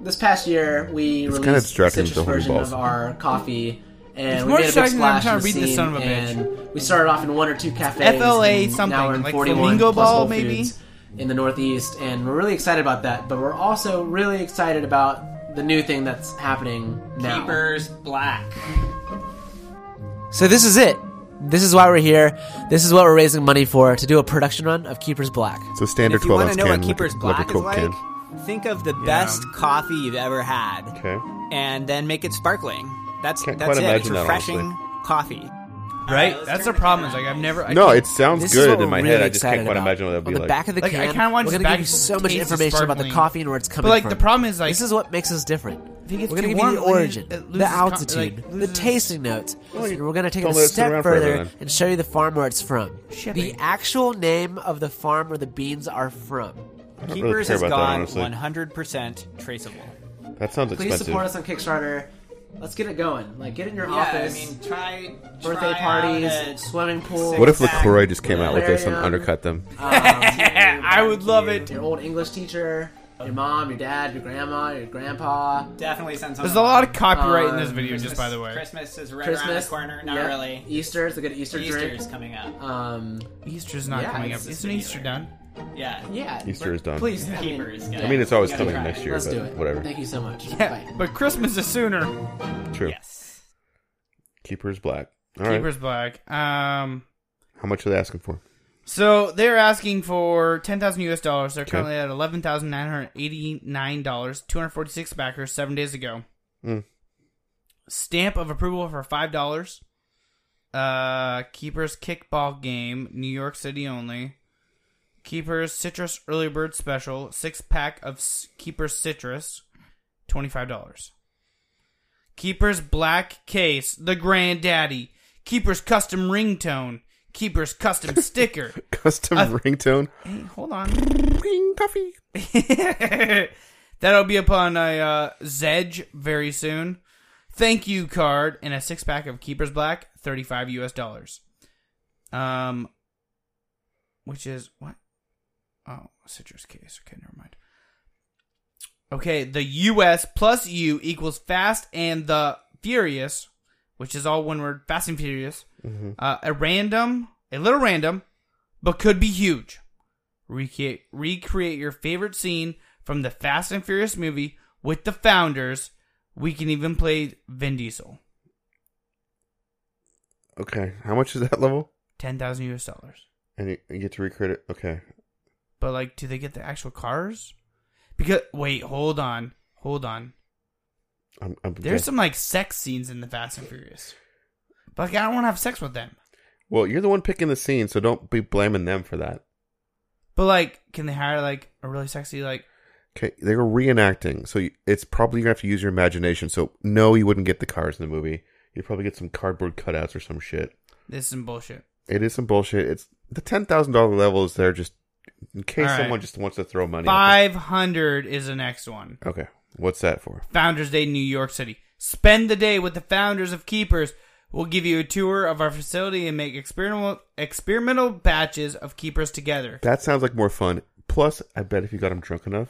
Speaker 15: This past year, we
Speaker 4: It's
Speaker 15: released
Speaker 4: kinda
Speaker 15: the
Speaker 4: distracting
Speaker 15: citrus
Speaker 4: with the whole
Speaker 15: version
Speaker 4: balls.
Speaker 15: of our coffee, and
Speaker 3: It's
Speaker 15: we
Speaker 3: more
Speaker 15: made a big
Speaker 3: distracting than I'm trying
Speaker 15: splash in
Speaker 3: to
Speaker 15: the
Speaker 3: read this
Speaker 15: scene,
Speaker 3: son of a bitch.
Speaker 15: And we started off in one or two cafes.
Speaker 3: FLA
Speaker 15: and
Speaker 3: something,
Speaker 15: now we're in
Speaker 3: like
Speaker 15: 41
Speaker 3: flamingo
Speaker 15: plus
Speaker 3: ball,
Speaker 15: Whole
Speaker 3: maybe?
Speaker 15: Foods in the Northeast, and we're really excited about that. But we're also really excited about the new thing that's happening now.
Speaker 14: Keepers Black.
Speaker 15: So this is it. This is why we're here. This is what we're raising money for to do a production run of Keepers Black.
Speaker 4: It's a standard
Speaker 14: if you
Speaker 4: 12
Speaker 14: want
Speaker 4: ounce
Speaker 14: to
Speaker 4: can.
Speaker 14: know what
Speaker 4: like a-
Speaker 14: Keeper's
Speaker 4: like a
Speaker 14: Black is
Speaker 4: Coke
Speaker 14: like,
Speaker 4: can.
Speaker 14: think of the best coffee you've ever had,
Speaker 4: Okay.
Speaker 14: and then make it sparkling. That's
Speaker 4: Can't
Speaker 14: that's
Speaker 4: quite
Speaker 14: it. It's
Speaker 4: imagine that,
Speaker 14: refreshing coffee.
Speaker 3: Right? That's the problem. Is like I've never. I
Speaker 4: No,
Speaker 3: can't-
Speaker 4: it sounds
Speaker 15: This is
Speaker 4: good
Speaker 15: what
Speaker 4: in my
Speaker 15: we're
Speaker 4: head.
Speaker 15: really
Speaker 4: I just can't
Speaker 15: excited
Speaker 4: quite
Speaker 15: about.
Speaker 4: imagine what that would be
Speaker 15: on the
Speaker 4: like.
Speaker 15: back of the
Speaker 3: Like, I
Speaker 15: can,
Speaker 3: kinda want
Speaker 15: we're
Speaker 3: this
Speaker 15: gonna
Speaker 3: back
Speaker 15: give you
Speaker 3: to
Speaker 15: so much
Speaker 3: taste the
Speaker 15: information about the
Speaker 3: sparkling.
Speaker 15: coffee and where it's
Speaker 3: But,
Speaker 15: coming
Speaker 3: like,
Speaker 15: from.
Speaker 3: the problem is, like-
Speaker 15: this is what makes us different.
Speaker 3: it gets
Speaker 15: we're
Speaker 3: too
Speaker 15: gonna give you the
Speaker 3: warm, then it-
Speaker 15: origin,
Speaker 3: it
Speaker 15: the
Speaker 3: loses con-
Speaker 15: altitude,
Speaker 3: like,
Speaker 15: the tasting notes, and we're gonna take it
Speaker 4: don't
Speaker 15: a
Speaker 4: let it sit
Speaker 15: step
Speaker 4: around
Speaker 15: further
Speaker 4: forever, then.
Speaker 15: and show you the farm where it's from. The
Speaker 14: Shipping.
Speaker 15: actual name of the farm where the beans are from.
Speaker 4: I don't really
Speaker 14: Keepers
Speaker 4: care
Speaker 14: has
Speaker 4: about that,
Speaker 14: gone
Speaker 4: honestly.
Speaker 14: 100%
Speaker 3: [laughs]
Speaker 14: traceable.
Speaker 4: That sounds
Speaker 15: Please
Speaker 4: expensive.
Speaker 15: support us on Kickstarter. Let's get it going. Like get it in your
Speaker 14: Yeah, I
Speaker 15: office.
Speaker 14: mean, try
Speaker 15: birthday
Speaker 14: try out a
Speaker 15: parties, swimming pool.
Speaker 4: What if LaCroix just came out with this and
Speaker 15: Aquarium.
Speaker 4: undercut them?
Speaker 15: I
Speaker 3: would love it.
Speaker 15: Your old English teacher,
Speaker 3: Uh-huh.
Speaker 15: your mom, your dad, your grandma, your grandpa.
Speaker 14: Definitely send
Speaker 3: There's a lot of copyright in
Speaker 15: Um,
Speaker 3: this video, just by the way.
Speaker 14: Christmas is right around
Speaker 15: Christmas,
Speaker 14: the corner. Not
Speaker 15: yeah.
Speaker 14: really.
Speaker 15: Easter is a good Easter
Speaker 14: Easter's
Speaker 15: drink.
Speaker 14: coming up.
Speaker 15: Um,
Speaker 3: Easter's not
Speaker 15: yeah,
Speaker 3: coming
Speaker 15: it's
Speaker 3: up.
Speaker 15: this
Speaker 3: Isn't
Speaker 15: video
Speaker 3: Easter done?
Speaker 14: Yeah.
Speaker 15: Yeah.
Speaker 4: Easter is done.
Speaker 15: Please, I mean,
Speaker 14: Keepers,
Speaker 4: I mean, it's always coming next year,
Speaker 15: Let's
Speaker 4: but
Speaker 15: do it.
Speaker 4: whatever.
Speaker 15: Thank you so much. Bye.
Speaker 3: Yeah, [laughs] but Christmas is sooner.
Speaker 4: True. Keeper's Black. All right.
Speaker 3: Keeper's Black. Um,
Speaker 4: How much are they asking for? [laughs]
Speaker 3: so they're asking for ten thousand US dollars. They're currently at eleven thousand nine hundred eighty nine dollars. Two hundred forty six backers seven days ago.
Speaker 4: Mm.
Speaker 3: Stamp of approval for five dollars. Uh, Keepers kickball game, New York City only. Keepers citrus early bird special, six pack of s- Keepers citrus, twenty five dollars. Keeper's Black Case, the Granddaddy. Keeper's Custom Ringtone. Keeper's Custom Sticker.
Speaker 4: Custom ringtone?
Speaker 3: hey, hold on. Ring coffee. [laughs] That'll be upon a uh, Zedge very soon. Thank you card and a six pack of Keeper's Black, thirty-five U.S. dollars. Um, which is what? Oh, citrus case. Okay, never mind. Okay, the U.S. plus U equals Fast and the Furious, which is all one word. Fast and Furious.
Speaker 4: Mhm.
Speaker 3: Uh, a random, a little random, but could be huge. Recreate, recreate your favorite scene from the Fast and Furious movie with the founders. We can even play Vin Diesel.
Speaker 4: Okay. How much is that level?
Speaker 3: Ten thousand U.S. dollars.
Speaker 4: And you, you get to recreate it. Okay.
Speaker 3: But like, do they get the actual cars? Because wait, hold on, hold on.
Speaker 4: I'm, I'm
Speaker 3: There's some like sex scenes in the Fast and Furious, but like, I don't want to have sex with them.
Speaker 4: Well, you're the one picking the scene, so don't be blaming them for that.
Speaker 3: But like, can they hire like a really sexy like?
Speaker 4: Okay, they were reenacting, so you, it's probably gonna have to use your imagination. So no, you wouldn't get the cars in the movie. You'd probably get some cardboard cutouts or some shit.
Speaker 3: This is some bullshit.
Speaker 4: It is some bullshit. It's the ten thousand dollar level is there just in case
Speaker 3: All right.
Speaker 4: someone just wants to throw money. at
Speaker 3: Five hundred is the next one.
Speaker 4: it. Okay, what's that for?
Speaker 3: Founders Day, New York City. Spend the day with the founders of Keepers. We'll give you a tour of our facility and make experimental experimental batches of Keepers together.
Speaker 4: That sounds like more fun. Plus, I bet if you got them drunk enough,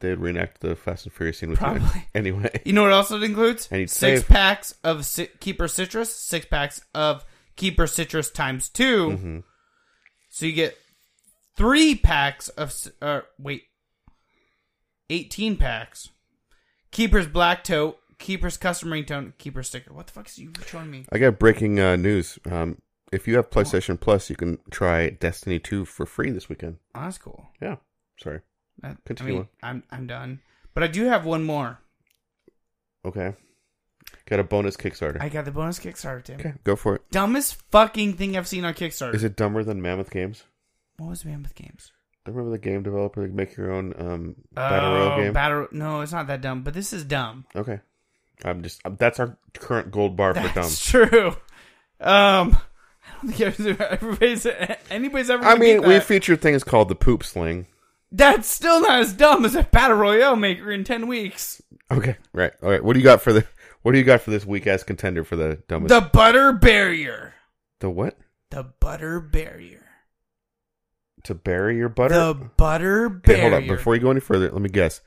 Speaker 4: they'd reenact the Fast and Furious scene with you
Speaker 3: Probably.
Speaker 4: [laughs] Anyway,
Speaker 3: [laughs] You know what else it includes?
Speaker 4: And you'd
Speaker 3: six
Speaker 4: save.
Speaker 3: packs of ci- Keeper Citrus, six packs of Keeper Citrus times 2
Speaker 4: Mhm.
Speaker 3: So you get three packs of, ci- uh, wait, 18 packs. Keeper's Black Tote, Keeper's Custom Ringtone, Keeper Sticker. What the fuck is you showing me?
Speaker 4: I got breaking uh, news. Um, if you have PlayStation Plus, you can try Destiny Two for free this weekend.
Speaker 3: Oh, that's cool.
Speaker 4: Yeah, sorry.
Speaker 3: That,
Speaker 4: Continue
Speaker 3: I mean, I'm, I'm done. But I do have one more.
Speaker 4: Okay, got a bonus Kickstarter.
Speaker 3: I got the bonus Kickstarter, Tim.
Speaker 4: Okay, go for it.
Speaker 3: Dumbest fucking thing I've seen on Kickstarter.
Speaker 4: Is it dumber than Mammoth Games?
Speaker 3: what was Mammoth Games?
Speaker 4: I remember the game developer like make your own um, battle royale
Speaker 3: Oh,
Speaker 4: game.
Speaker 3: battle. No, it's not that dumb. But this is dumb.
Speaker 4: okay, I'm just that's our current gold bar for dumb.
Speaker 3: That's [laughs] true. Um, I don't think [laughs] everybody's anybody's ever.
Speaker 4: I
Speaker 3: gonna
Speaker 4: mean,
Speaker 3: beat
Speaker 4: we
Speaker 3: that.
Speaker 4: featured things called the poop sling.
Speaker 3: that's still not as dumb as a battle royale maker in ten weeks.
Speaker 4: Okay, right. All right. What do you got for the What do you got for this weak ass contender for the dumbest?
Speaker 3: The butter barrier.
Speaker 4: the what
Speaker 3: The butter barrier.
Speaker 4: to bury your butter?
Speaker 3: The butter
Speaker 4: Okay,
Speaker 3: barrier.
Speaker 4: hold up. Before you go any further, let me guess.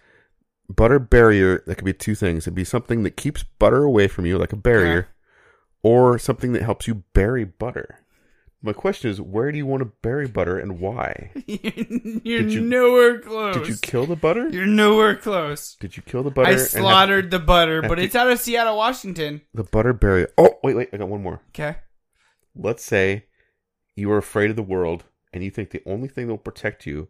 Speaker 4: Butter barrier. That could be two things. It'd be something that keeps butter away from you, like a barrier,
Speaker 3: Uh-huh.
Speaker 4: or something that helps you bury butter. My question is, where do you want to bury butter and why?
Speaker 3: [laughs] You're
Speaker 4: Did you-
Speaker 3: nowhere close.
Speaker 4: Did you kill the butter?
Speaker 3: You're nowhere close.
Speaker 4: Did you kill the butter?
Speaker 3: I
Speaker 4: and have-
Speaker 3: slaughtered the butter,
Speaker 4: and
Speaker 3: but
Speaker 4: have
Speaker 3: it's out of Seattle, Washington.
Speaker 4: the butter barrier. Oh, wait, wait. I got one more.
Speaker 3: Okay.
Speaker 4: Let's say you are afraid of the world and you think the only thing that will protect you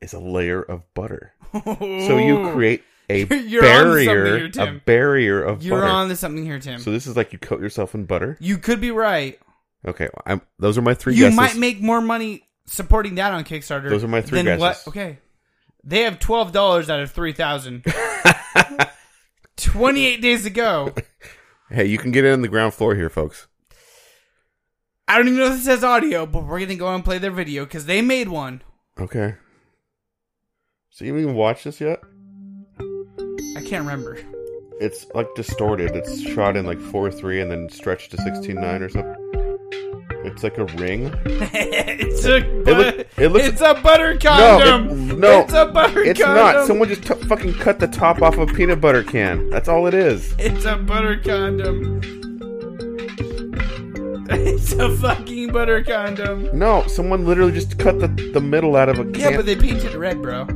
Speaker 4: is a layer of butter. So you create
Speaker 3: [laughs]
Speaker 4: a
Speaker 3: You're on something
Speaker 4: barrier,
Speaker 3: here, Tim.
Speaker 4: a barrier of
Speaker 3: You're
Speaker 4: butter.
Speaker 3: on to something here, Tim.
Speaker 4: So this is like you coat yourself in butter.
Speaker 3: You could be right.
Speaker 4: Okay, I'm, those are my three
Speaker 3: you
Speaker 4: guesses.
Speaker 3: might make more money supporting that on Kickstarter.
Speaker 4: Those are my three
Speaker 3: than
Speaker 4: guesses.
Speaker 3: okay. They have twelve dollars out of three
Speaker 4: [laughs]
Speaker 3: thousand. Twenty-eight days ago.
Speaker 4: hey, you can get in on the ground floor here, folks.
Speaker 3: I don't even know if this has audio, but we're gonna go and play their video because they made one.
Speaker 4: Okay. So you even watch this yet?
Speaker 3: I can't remember.
Speaker 4: It's like distorted. It's shot in like four three and then stretched to sixteen nine or something. It's like a ring.
Speaker 3: it's a
Speaker 4: It, look, it looks.
Speaker 3: it's a butter
Speaker 4: no,
Speaker 3: condom.
Speaker 4: it- no,
Speaker 3: it's a butter
Speaker 4: It's
Speaker 3: condom.
Speaker 4: not. Someone just t- fucking cut the top off a peanut butter can. That's all it is.
Speaker 3: It's a butter condom. [laughs] It's a fucking butter condom.
Speaker 4: No, someone literally just cut the, the middle out of a can.
Speaker 3: Yeah, but they painted it red, bro.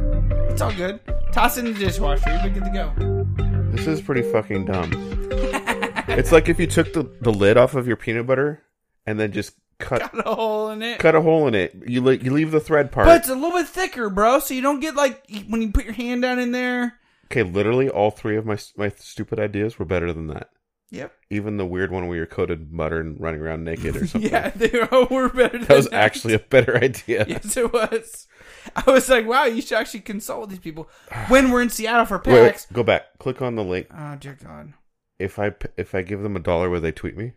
Speaker 3: It's all good. Toss it in the dishwasher. You're good to go.
Speaker 4: This is pretty fucking dumb. it's like if you took the, the lid off of your peanut butter and then just cut
Speaker 3: Got a hole in it.
Speaker 4: cut a hole in it. You le- you leave the thread part.
Speaker 3: But it's a little bit thicker, bro, so you don't get like when you put your hand down in there.
Speaker 4: okay, literally all three of my s- my stupid ideas were better than that.
Speaker 3: Yep.
Speaker 4: Even the weird one where you're coated in butter and running around naked or something.
Speaker 3: [laughs] Yeah, they all were better than
Speaker 4: That was actually a better idea.
Speaker 3: [laughs] Yes, it was. I was like, wow, you should actually consult with these people when we're in Seattle for
Speaker 4: Wait, wait,
Speaker 3: PAX.
Speaker 4: go back. Click on the link.
Speaker 3: Oh, dear God.
Speaker 4: If I p- if I give them a dollar, will they tweet me?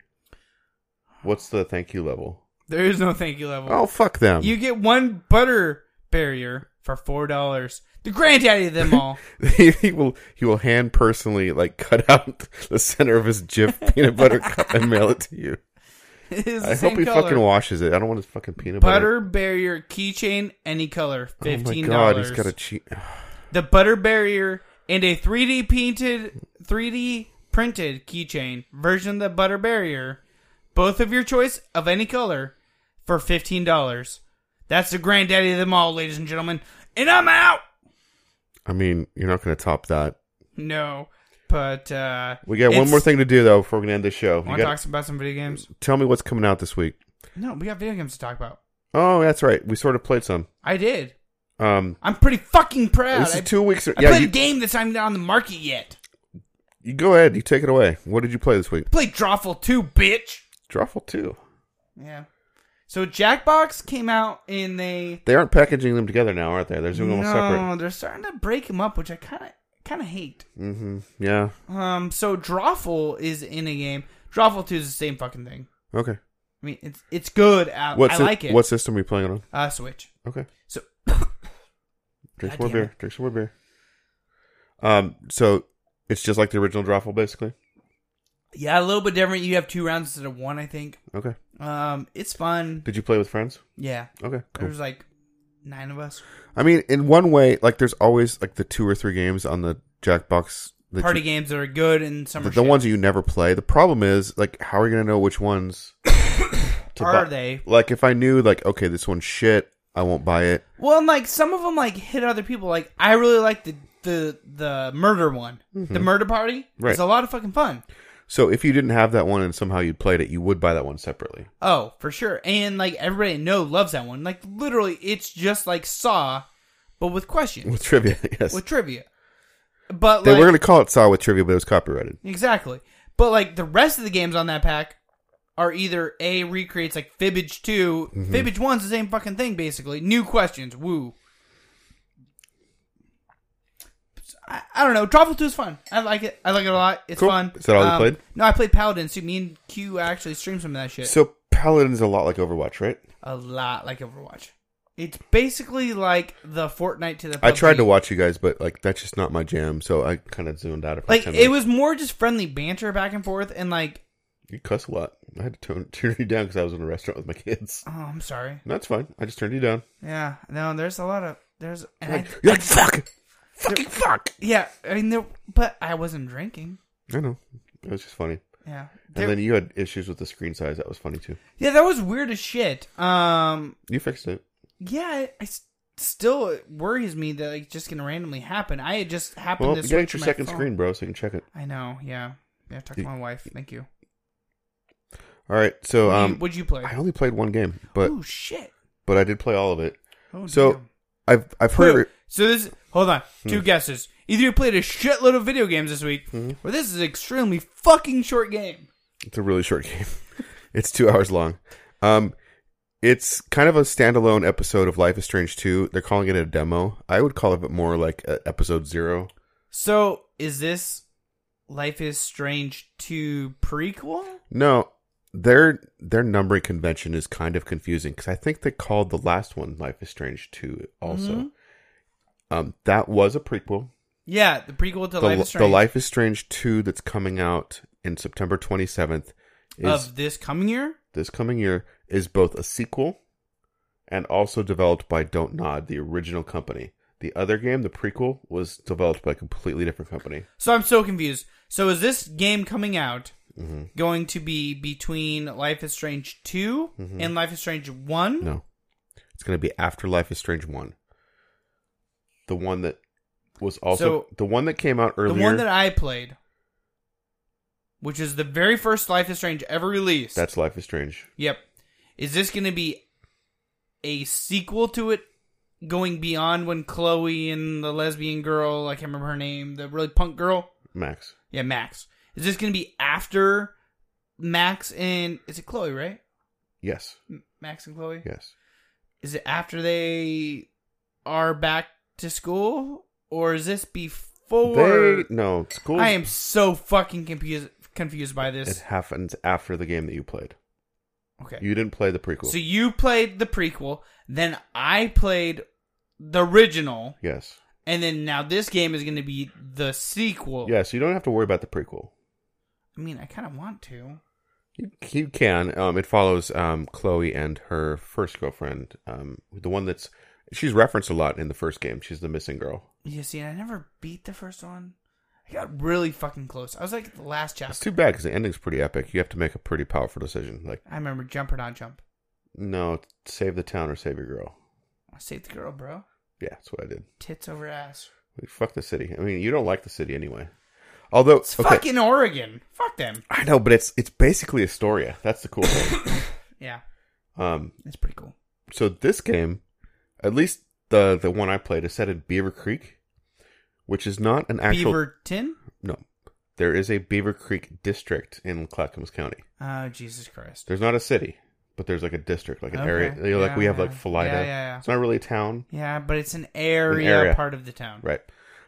Speaker 4: What's the thank you level?
Speaker 3: There is no thank you level.
Speaker 4: Oh fuck them!
Speaker 3: You get one butter barrier for four dollars. The granddaddy of them
Speaker 4: [laughs]
Speaker 3: all.
Speaker 4: [laughs] he will he will hand personally like cut out the center of his Jif
Speaker 3: [laughs]
Speaker 4: peanut butter cup and mail it to you.
Speaker 3: It is the
Speaker 4: I
Speaker 3: same
Speaker 4: hope he
Speaker 3: color.
Speaker 4: fucking washes it. I don't want his fucking peanut butter.
Speaker 3: butter barrier keychain, any color, fifteen
Speaker 4: Oh my god,
Speaker 3: dollars.
Speaker 4: he's got a cheat.
Speaker 3: the butter barrier and a 3D painted, 3D printed keychain version of the butter barrier, both of your choice of any color, for fifteen dollars. That's the granddaddy of them all, ladies and gentlemen. And I'm out.
Speaker 4: I mean, you're not going to top that.
Speaker 3: No, but uh
Speaker 4: We got one
Speaker 3: it's-
Speaker 4: more thing to do though before we end the show. You
Speaker 3: Want to
Speaker 4: gotta-
Speaker 3: talk about some video games?
Speaker 4: tell me what's coming out this week.
Speaker 3: No, we got video games to talk about.
Speaker 4: Oh, that's right. We sort of played some.
Speaker 3: I did.
Speaker 4: Um,
Speaker 3: I'm pretty fucking proud.
Speaker 4: This is
Speaker 3: I-
Speaker 4: two weeks-
Speaker 3: I
Speaker 4: yeah,
Speaker 3: played
Speaker 4: you-
Speaker 3: a game that's not even on the market yet.
Speaker 4: you go ahead. You take it away. What did you play this week?
Speaker 3: I played Drawful 2, bitch.
Speaker 4: Drawful two.
Speaker 3: Yeah. So Jackbox came out and they
Speaker 4: They aren't packaging them together now, aren't they? They're doing them all
Speaker 3: no,
Speaker 4: separate.
Speaker 3: they're starting to break them up, which I kind of kind of hate.
Speaker 4: Mm-hmm. Yeah.
Speaker 3: Um, so Drawful is in a game. Drawful Two is the same fucking thing.
Speaker 4: Okay.
Speaker 3: I mean, it's it's good. I,
Speaker 4: What
Speaker 3: I
Speaker 4: sy-
Speaker 3: like it.
Speaker 4: what system we playing on?
Speaker 3: Uh, Switch.
Speaker 4: Okay.
Speaker 3: So [coughs]
Speaker 4: Drink
Speaker 3: God
Speaker 4: more
Speaker 3: damn
Speaker 4: beer. Drink some more beer. Um, so it's just like the original Drawful, basically.
Speaker 3: yeah, a little bit different. You have two rounds instead of one, I think.
Speaker 4: Okay.
Speaker 3: Um, it's fun.
Speaker 4: Did you play with friends?
Speaker 3: Yeah.
Speaker 4: Okay. Cool.
Speaker 3: There's like nine of us.
Speaker 4: I mean, in one way, like there's always like the two or three games on the Jackbox that
Speaker 3: Party
Speaker 4: you-
Speaker 3: games that are good and summer.
Speaker 4: the, the
Speaker 3: shit.
Speaker 4: ones that you never play. The problem is like how are you gonna know
Speaker 3: [coughs]
Speaker 4: which ones to
Speaker 3: Are
Speaker 4: buy?
Speaker 3: they?
Speaker 4: Like if I knew like okay this one's shit, I won't buy it.
Speaker 3: Well, and like some of them like hit other people. Like I really like the the the murder one, the
Speaker 4: Mhm.
Speaker 3: murder party.
Speaker 4: Right.
Speaker 3: It's a lot of fucking fun.
Speaker 4: So if you didn't have that one and somehow you played it, you would buy that one separately. [laughs]
Speaker 3: Oh, for sure. And like everybody I know loves that one. Like literally, it's just like Saw, but with questions,
Speaker 4: With trivia, [laughs] yes.
Speaker 3: with trivia. But
Speaker 4: they
Speaker 3: like,
Speaker 4: were gonna call it Saw with trivia, but it was copyrighted.
Speaker 3: exactly. But like the rest of the games on that pack are either a recreates like Fibbage 2
Speaker 4: Mhm.
Speaker 3: Fibbage one's the same fucking thing basically. New questions. Woo. I, I don't know. Drawful two is fun. I like it. I like it a lot. It's
Speaker 4: Cool.
Speaker 3: fun. Um,
Speaker 4: Is that all you played?
Speaker 3: No, I played Paladin. So me and Q actually streamed some of that shit.
Speaker 4: So Paladin's a lot like Overwatch, right?
Speaker 3: a lot like Overwatch. It's basically like the Fortnite to the.
Speaker 4: I tried
Speaker 3: PUBG.
Speaker 4: to watch you guys, but like that's just not my jam. So I kind of zoned out.
Speaker 3: Like it was more just friendly banter back and forth, and like,
Speaker 4: You cuss a lot. I had to tone, turn [laughs] you down because I was in a restaurant with my kids. [laughs]
Speaker 3: oh, I'm sorry.
Speaker 4: That's fine. I just turned you down.
Speaker 3: Yeah, no, there's a lot of there's. And
Speaker 4: Like, you're like, fuck!
Speaker 3: fucking
Speaker 4: fuck.
Speaker 3: Yeah, I mean, there, but I wasn't drinking.
Speaker 4: I know. It was just funny.
Speaker 3: Yeah. There-
Speaker 4: And then you had issues with the screen size. That was funny too.
Speaker 3: Yeah, that was weird as shit. Um,
Speaker 4: You fixed it.
Speaker 3: yeah, I, I s- still it worries me that like just gonna randomly happen. I had just happened
Speaker 4: Well,
Speaker 3: to
Speaker 4: you
Speaker 3: switch
Speaker 4: got your
Speaker 3: my
Speaker 4: second
Speaker 3: phone.
Speaker 4: screen, bro, so you can check it.
Speaker 3: I know. Yeah, yeah. Talk to
Speaker 4: You-
Speaker 3: my wife. Thank you.
Speaker 4: All right. So,
Speaker 3: What do you-
Speaker 4: um,
Speaker 3: what'd you play?
Speaker 4: I only played one game, but
Speaker 3: oh shit.
Speaker 4: but I did play all of it.
Speaker 3: Oh,
Speaker 4: so I've I've heard.
Speaker 3: Wait, so this hold on
Speaker 4: Hmm.
Speaker 3: two guesses either you played a shitload of video games this week
Speaker 4: Hmm.
Speaker 3: or this is an extremely fucking short game
Speaker 4: It's a really short [laughs] game. it's two hours long. Um, it's kind of a standalone episode of Life is Strange 2. They're calling it a demo. I would call it more like uh, episode zero.
Speaker 3: so is this life is strange 2 prequel
Speaker 4: No, their their numbering convention is kind of confusing because I think they called the last one Life is Strange 2 also.
Speaker 3: Mhm.
Speaker 4: Um, that was a prequel.
Speaker 3: yeah the prequel to
Speaker 4: The,
Speaker 3: life is
Speaker 4: Li- the
Speaker 3: strange
Speaker 4: Life is Strange 2 that's coming out in September 27th is
Speaker 3: of this coming year
Speaker 4: this coming year is both a sequel and also developed by Don't Nod, the original company. The other game, the prequel, was developed by a completely different company.
Speaker 3: so i'm so confused so is this game coming out
Speaker 4: Mhm.
Speaker 3: going to be between life is strange 2
Speaker 4: Mhm.
Speaker 3: and life is strange 1
Speaker 4: No. It's going to be After Life is Strange 1. The one that was also
Speaker 3: So-
Speaker 4: the one that came out earlier.
Speaker 3: the one that i played which is the very first life is strange ever released
Speaker 4: That's Life is Strange.
Speaker 3: Yep. Is this going to be a sequel to it, going beyond when Chloe and the lesbian girl, I can't remember her name, the really punk girl?
Speaker 4: Max.
Speaker 3: Yeah, Max. Is this going to be after Max and. Is it Chloe, right?
Speaker 4: Yes.
Speaker 3: M- Max and Chloe?
Speaker 4: Yes.
Speaker 3: Is it after they are back to school? Or is this before.
Speaker 4: They no, school
Speaker 3: I am so fucking confused, confused by
Speaker 4: it
Speaker 3: this.
Speaker 4: happens after the game that you played.
Speaker 3: Okay.
Speaker 4: You didn't play the prequel.
Speaker 3: So you played the prequel, then I played the original,
Speaker 4: yes.
Speaker 3: and then now this game is going to be the sequel.
Speaker 4: Yeah, so you don't have to worry about the prequel.
Speaker 3: I mean, I kind of want to.
Speaker 4: You can. Um, it follows um, Chloe and her first girlfriend, um, the one that's she's referenced a lot in the first game. She's the missing girl.
Speaker 3: You see, I never beat the first one. I got really fucking close. I was like at the last
Speaker 4: It's
Speaker 3: chapter.
Speaker 4: too bad because the ending's pretty epic. You have to make a pretty powerful decision, like
Speaker 3: I remember jump or not jump.
Speaker 4: no, save the town or save your girl.
Speaker 3: I saved the girl, bro.
Speaker 4: Yeah, that's what I did.
Speaker 3: Tits over ass.
Speaker 4: Like, Fuck the city. I mean, you don't like the city anyway. Although
Speaker 3: It's
Speaker 4: okay,
Speaker 3: fucking Oregon. Fuck them.
Speaker 4: I know, but it's it's basically Astoria. That's the cool
Speaker 3: [coughs]
Speaker 4: thing.
Speaker 3: Yeah,
Speaker 4: um,
Speaker 3: that's pretty cool.
Speaker 4: so this game, at least the the one I played, is set in Beaver Creek, which is not an actual
Speaker 3: Beaverton.
Speaker 4: No. There is a Beaver Creek district in Clackamas County.
Speaker 3: Oh Jesus Christ.
Speaker 4: There's not a city, but there's like a district, like an
Speaker 3: Okay.
Speaker 4: area. you know, like we have like
Speaker 3: Yeah.
Speaker 4: Phillida.
Speaker 3: Yeah, yeah, yeah.
Speaker 4: It's not really a town.
Speaker 3: Yeah, but it's an
Speaker 4: an
Speaker 3: area, part of the town.
Speaker 4: Right.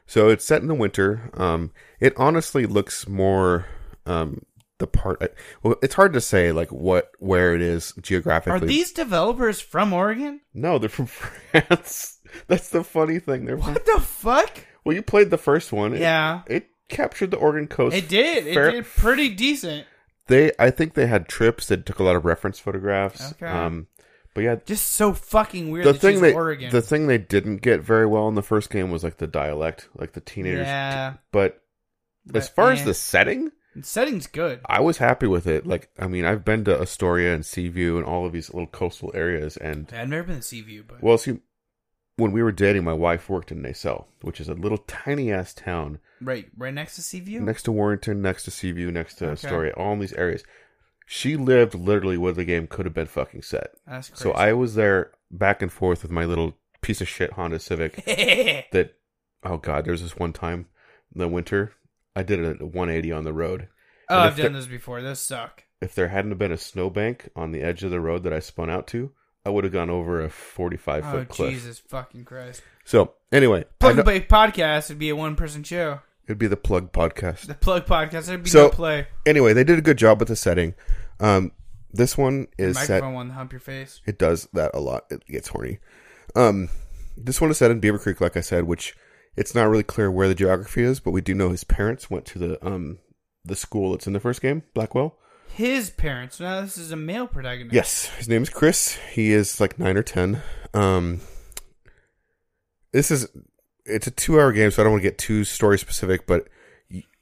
Speaker 4: So it's set in the winter. Um, it honestly looks more. Um, the the part. I, well, it's hard to say like what where it is geographically.
Speaker 3: Are these developers from Oregon?
Speaker 4: No, they're from [laughs] France. That's the funny thing.
Speaker 3: [laughs]
Speaker 4: They're
Speaker 3: what the fuck?
Speaker 4: Well, you played the first one. It-
Speaker 3: Yeah.
Speaker 4: it, captured the Oregon coast.
Speaker 3: It did. It
Speaker 4: fair-
Speaker 3: did pretty decent.
Speaker 4: They, I think they had trips that took a lot of reference photographs.
Speaker 3: Okay.
Speaker 4: Um, but yeah,
Speaker 3: Just so fucking weird.
Speaker 4: the
Speaker 3: that
Speaker 4: thing
Speaker 3: she's
Speaker 4: they
Speaker 3: Oregon.
Speaker 4: the thing they didn't get very well in the first game was like the dialect, like the teenagers.
Speaker 3: Yeah.
Speaker 4: but
Speaker 3: But,
Speaker 4: as far
Speaker 3: eh.
Speaker 4: as the setting,
Speaker 3: setting's good.
Speaker 4: I was happy with it. Like, I mean, I've been to Astoria and Seaview and all of these little coastal areas, and
Speaker 3: I've never been to Seaview, but
Speaker 4: well, see, when we were dating, my wife worked in Nacelle, which is a little tiny ass town
Speaker 3: right, right next to Seaview.
Speaker 4: next to Warrington, next to Seaview, next to
Speaker 3: Okay.
Speaker 4: Astoria, all in these areas. She lived literally where the game could have been fucking set.
Speaker 3: That's [laughs]
Speaker 4: So
Speaker 3: crazy.
Speaker 4: I was there back and forth with my little piece of shit
Speaker 3: [laughs]
Speaker 4: Honda Civic. that oh god, there was this one time in the winter I did a 180 on the road.
Speaker 3: oh,
Speaker 4: And
Speaker 3: I've
Speaker 4: if
Speaker 3: done
Speaker 4: there-
Speaker 3: those before. Those suck.
Speaker 4: If there hadn't have been a snowbank on the edge of the road that I spun out to, I would have gone over a 45
Speaker 3: Oh
Speaker 4: foot cliff.
Speaker 3: Jesus fucking Christ!
Speaker 4: So anyway, I
Speaker 3: Plug
Speaker 4: know-
Speaker 3: and Play podcast would be a one-person show.
Speaker 4: it'd be the plug podcast.
Speaker 3: The Plug podcast. There'd be
Speaker 4: so
Speaker 3: no play.
Speaker 4: anyway, they did a good job with the setting. Um, this one is set.
Speaker 3: microphone one, hump your face.
Speaker 4: It does that a lot. It gets horny. Um, this one is set in Beaver Creek, like I said, which it's not really clear where the geography is, but we do know his parents went to the um the school that's in the first game, Blackwell.
Speaker 3: His parents. Now this is a male protagonist.
Speaker 4: Yes, his name is Chris. He is like nine or ten. Um, this is it's a two-hour game, so I don't want to get too story specific, but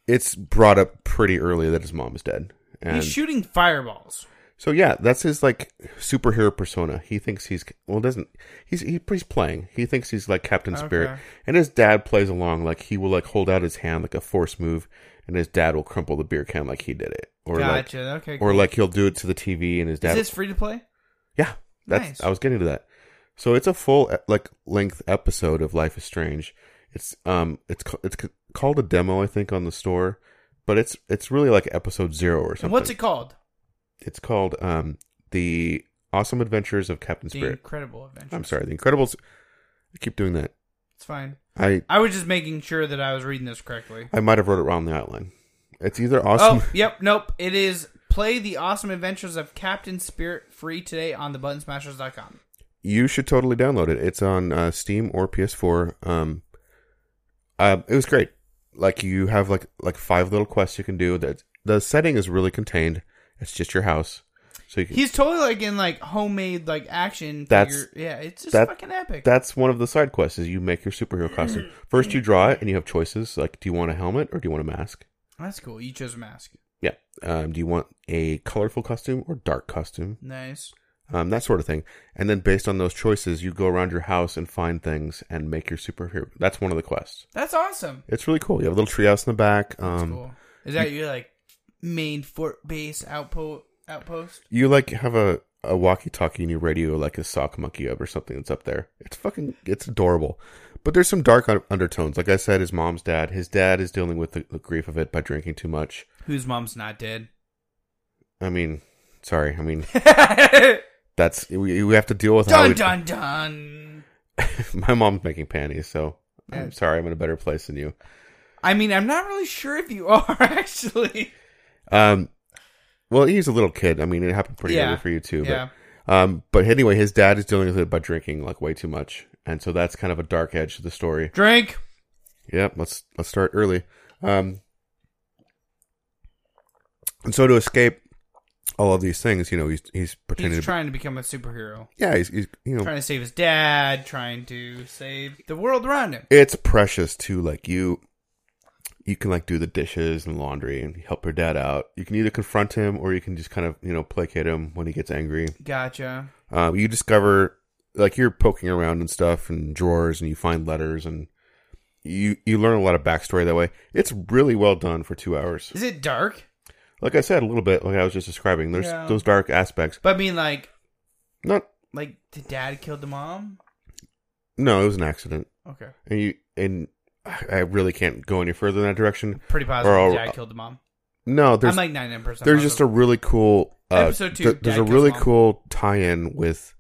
Speaker 4: it's brought up pretty early that his mom is dead.
Speaker 3: He's shooting fireballs.
Speaker 4: So yeah, that's his like superhero persona. He thinks he's well, doesn't he's he, he's playing. He thinks he's like Captain Spirit,
Speaker 3: Okay.
Speaker 4: and his dad plays along. Like he will like hold out his hand like a force move, and his dad will crumple the beer can like he did it, or
Speaker 3: Gotcha,
Speaker 4: like
Speaker 3: okay,
Speaker 4: or
Speaker 3: cool.
Speaker 4: like he'll do it to the TV, and his
Speaker 3: Is
Speaker 4: dad.
Speaker 3: this free to play?
Speaker 4: yeah, that's
Speaker 3: Nice.
Speaker 4: I was getting to that. So it's a full eh, like length episode of Life is Strange. It's um it's ca- it's ca- called a demo I think on the store, but it's it's really like episode zero or something.
Speaker 3: And what's it called?
Speaker 4: It's called um the Awesome Adventures of Captain
Speaker 3: The
Speaker 4: Spirit. Um,
Speaker 3: Incredible Adventures.
Speaker 4: I'm sorry, the Incredibles. I keep doing that.
Speaker 3: It's fine.
Speaker 4: I
Speaker 3: I was just making sure that I was reading this correctly.
Speaker 4: I might have wrote it wrong in the outline. It's either awesome.
Speaker 3: Oh, yep, nope. It is play the awesome adventures of Captain Spirit free today on the buttonsmashers.com.
Speaker 4: You should totally download it. It's on uh, Steam or PS4. Um, uh, it was great. Like you have like like five little quests you can do. That the setting is really contained. It's just your house, so you can.
Speaker 3: He's totally like in like homemade like action
Speaker 4: that's
Speaker 3: figure. Yeah, it's just
Speaker 4: that-
Speaker 3: fucking epic.
Speaker 4: [laughs] That's one of the side quests is you make your superhero costume. First you draw it and you have choices like do you want a helmet or do you want a mask?
Speaker 3: That's cool. You chose a mask.
Speaker 4: Yeah. Um, do you want a colorful costume or dark costume?
Speaker 3: Nice.
Speaker 4: Um, that sort of thing. And then based on those choices, you go around your house and find things and make your superhero. That's one of the quests.
Speaker 3: That's awesome.
Speaker 4: It's really cool. You have a little treehouse in the back. Um,
Speaker 3: cool. Is that your like main fort base outpost outpost?
Speaker 4: You like have a, a walkie-talkie and you radio like a sock monkey up or something that's up there. It's fucking it's adorable. But there's some dark un- undertones. Like I said, his mom's dad. His dad is dealing with the, the grief of it by drinking too much.
Speaker 3: Whose mom's not [laughs] dead?
Speaker 4: I mean, sorry. I mean, that's we, we have to deal with how
Speaker 3: Dun
Speaker 4: we-
Speaker 3: dun dun.
Speaker 4: [laughs] my mom's making panties, so I'm sorry, I'm in a better place than you.
Speaker 3: I mean, I'm not really sure if you [laughs] are actually.
Speaker 4: Um, well, he's a little kid. I mean, it happened pretty
Speaker 3: Yeah.
Speaker 4: early for you too. But,
Speaker 3: Yeah.
Speaker 4: Um, but anyway, his dad is dealing with it by drinking like way too much, and so that's kind of a dark edge to the story.
Speaker 3: Drink.
Speaker 4: Yep. Let's let's start early. Um, and so to escape all of these things, you know, he's he's pretending
Speaker 3: He's
Speaker 4: to. Be, Oh.
Speaker 3: trying to become a superhero.
Speaker 4: yeah, he's, he's you know
Speaker 3: Trying to save his dad, trying to save the world around him.
Speaker 4: it's precious too. Like you, you can like do the dishes and laundry and help your dad out. You can either confront him or you can just kind of you know placate him when he gets angry.
Speaker 3: Gotcha.
Speaker 4: Um, you discover like you're poking around and stuff and drawers and you find letters and you you learn a lot of backstory that way. It's really well done for two hours.
Speaker 3: Is it dark?
Speaker 4: Like I said, a little bit like I was just describing. There's
Speaker 3: Yeah.
Speaker 4: those dark aspects.
Speaker 3: But I mean, like,
Speaker 4: Not
Speaker 3: like the dad killed the mom.
Speaker 4: no, it was an accident.
Speaker 3: Okay.
Speaker 4: And you and I really can't go any further in that direction.
Speaker 3: Pretty
Speaker 4: Or I'll-
Speaker 3: positive. Dad killed the mom.
Speaker 4: No, there's
Speaker 3: I'm like 99%
Speaker 4: There's just a really cool uh,
Speaker 3: Episode two,
Speaker 4: th- there's
Speaker 3: Dad
Speaker 4: a
Speaker 3: kills
Speaker 4: really
Speaker 3: mom.
Speaker 4: cool tie-in with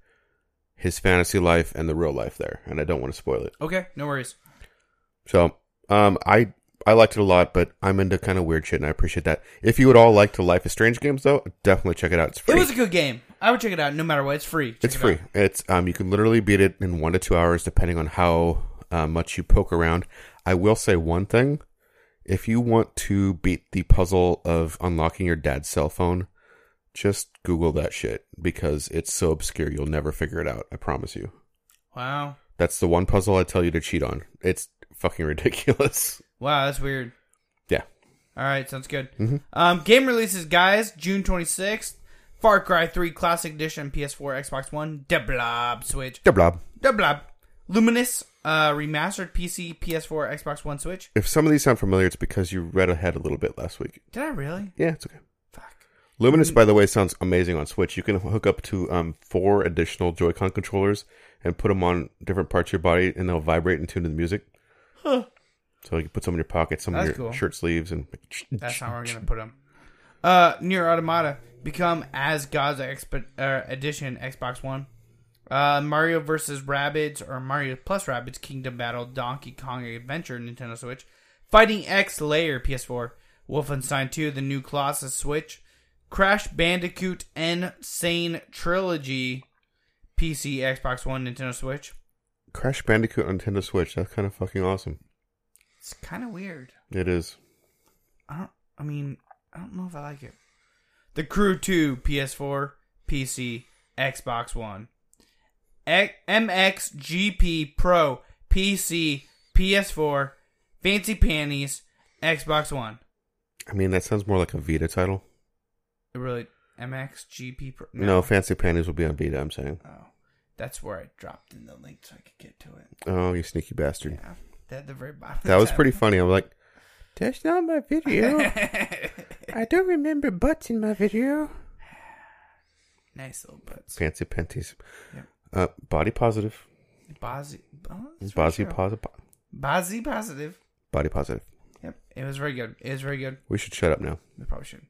Speaker 4: his fantasy life and the real life there, and I don't want to spoil it.
Speaker 3: Okay, no worries.
Speaker 4: So, um, I I liked it a lot, but I'm into kind of weird shit, and I appreciate that. If you would all like to Life is Strange games, though, definitely check it out. It's free.
Speaker 3: It was a good game. I would check it out no matter what. It's free. Check
Speaker 4: it's
Speaker 3: it
Speaker 4: free.
Speaker 3: out.
Speaker 4: It's um, you can literally beat it in one to two hours, depending on how uh, much you poke around. I will say one thing: if you want to beat the puzzle of unlocking your dad's cell phone, just Google that shit because it's so obscure you'll never figure it out. I promise you.
Speaker 3: Wow.
Speaker 4: That's the one puzzle I tell you to cheat on. It's fucking ridiculous. [laughs]
Speaker 3: Wow, that's weird.
Speaker 4: Yeah.
Speaker 3: All right, sounds good.
Speaker 4: Mhm.
Speaker 3: Um, game releases, guys. June 26th. Far Cry 3 Classic Edition, PS4, Xbox One, Da Blob Switch.
Speaker 4: Da blob.
Speaker 3: Da Blob. Luminous uh, Remastered PC, PS4, Xbox One, Switch.
Speaker 4: If some of these sound familiar, it's because you read ahead a little bit last week.
Speaker 3: Did I really?
Speaker 4: Yeah, it's okay. Luminous, by the way, sounds amazing on Switch. You can hook up to um, four additional Joy-Con controllers and put them on different parts of your body, and they'll vibrate and tune to the music.
Speaker 3: Huh.
Speaker 4: So you can put some in your pocket, some in your
Speaker 3: That's cool.
Speaker 4: shirt sleeves, and
Speaker 3: That's not where we're going to put them. Uh, Near Automata. Become as God's Exp- uh, Edition, Xbox One. Uh, Mario vs. Rabbids or Mario plus Rabbids Kingdom Battle Donkey Kong Adventure Nintendo Switch. Fighting X Layer PS4. Wolfenstein 2 The New Colossus Switch. Crash Bandicoot Insane Trilogy PC, Xbox One, Nintendo Switch.
Speaker 4: [laughs] Crash Bandicoot on Nintendo Switch. That's kind of fucking awesome.
Speaker 3: It's kind of weird.
Speaker 4: It is.
Speaker 3: I don't. I mean, I don't know if I like it. The Crew Two, PS4, PC, Xbox One, X- MXGP Pro, PC, PS4, Fancy Panties, Xbox One.
Speaker 4: I mean, that sounds more like a Vita title.
Speaker 3: It really MXGP Pro. Oh,
Speaker 4: No, Fancy Panties will be on Vita. I'm saying.
Speaker 3: that's where I dropped in the link so I could get to it.
Speaker 4: Oh, you
Speaker 3: [laughs]
Speaker 4: sneaky bastard!
Speaker 3: That at the very bottom. of
Speaker 4: That was
Speaker 3: the
Speaker 4: pretty funny. I'm like,
Speaker 16: That's not my video. I don't remember butts in my video.
Speaker 3: tab. [laughs] Nice little butt.
Speaker 4: Fancy Panties.
Speaker 3: Yep.
Speaker 4: Uh, body positive.
Speaker 3: Bozzy.
Speaker 4: Body positive.
Speaker 3: Bozzy positive.
Speaker 4: Body positive.
Speaker 3: Yep. It was very good. It was very good.
Speaker 4: We should shut up now.
Speaker 3: We probably should.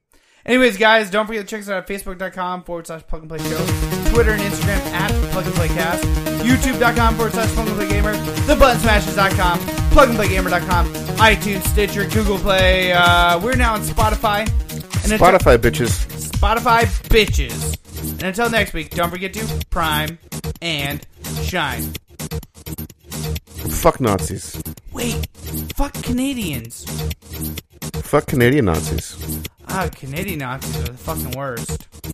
Speaker 3: Anyways, guys, don't forget to check us out at facebook.com forward slash plug and play show, Twitter and Instagram at plug and play cast, youtube.com forward slash plug and play gamer, thebuttonsmashes.com, plug and play gamer.com, iTunes, Stitcher, Google Play. Uh, we're now on Spotify. And until-
Speaker 4: Spotify bitches.
Speaker 3: Spotify bitches. And until next week, don't forget to prime and shine.
Speaker 4: Fuck Nazis.
Speaker 3: Wait, fuck Canadians.
Speaker 4: Fuck Canadian Nazis.
Speaker 3: Ah, Canadian Nazis are the fucking worst.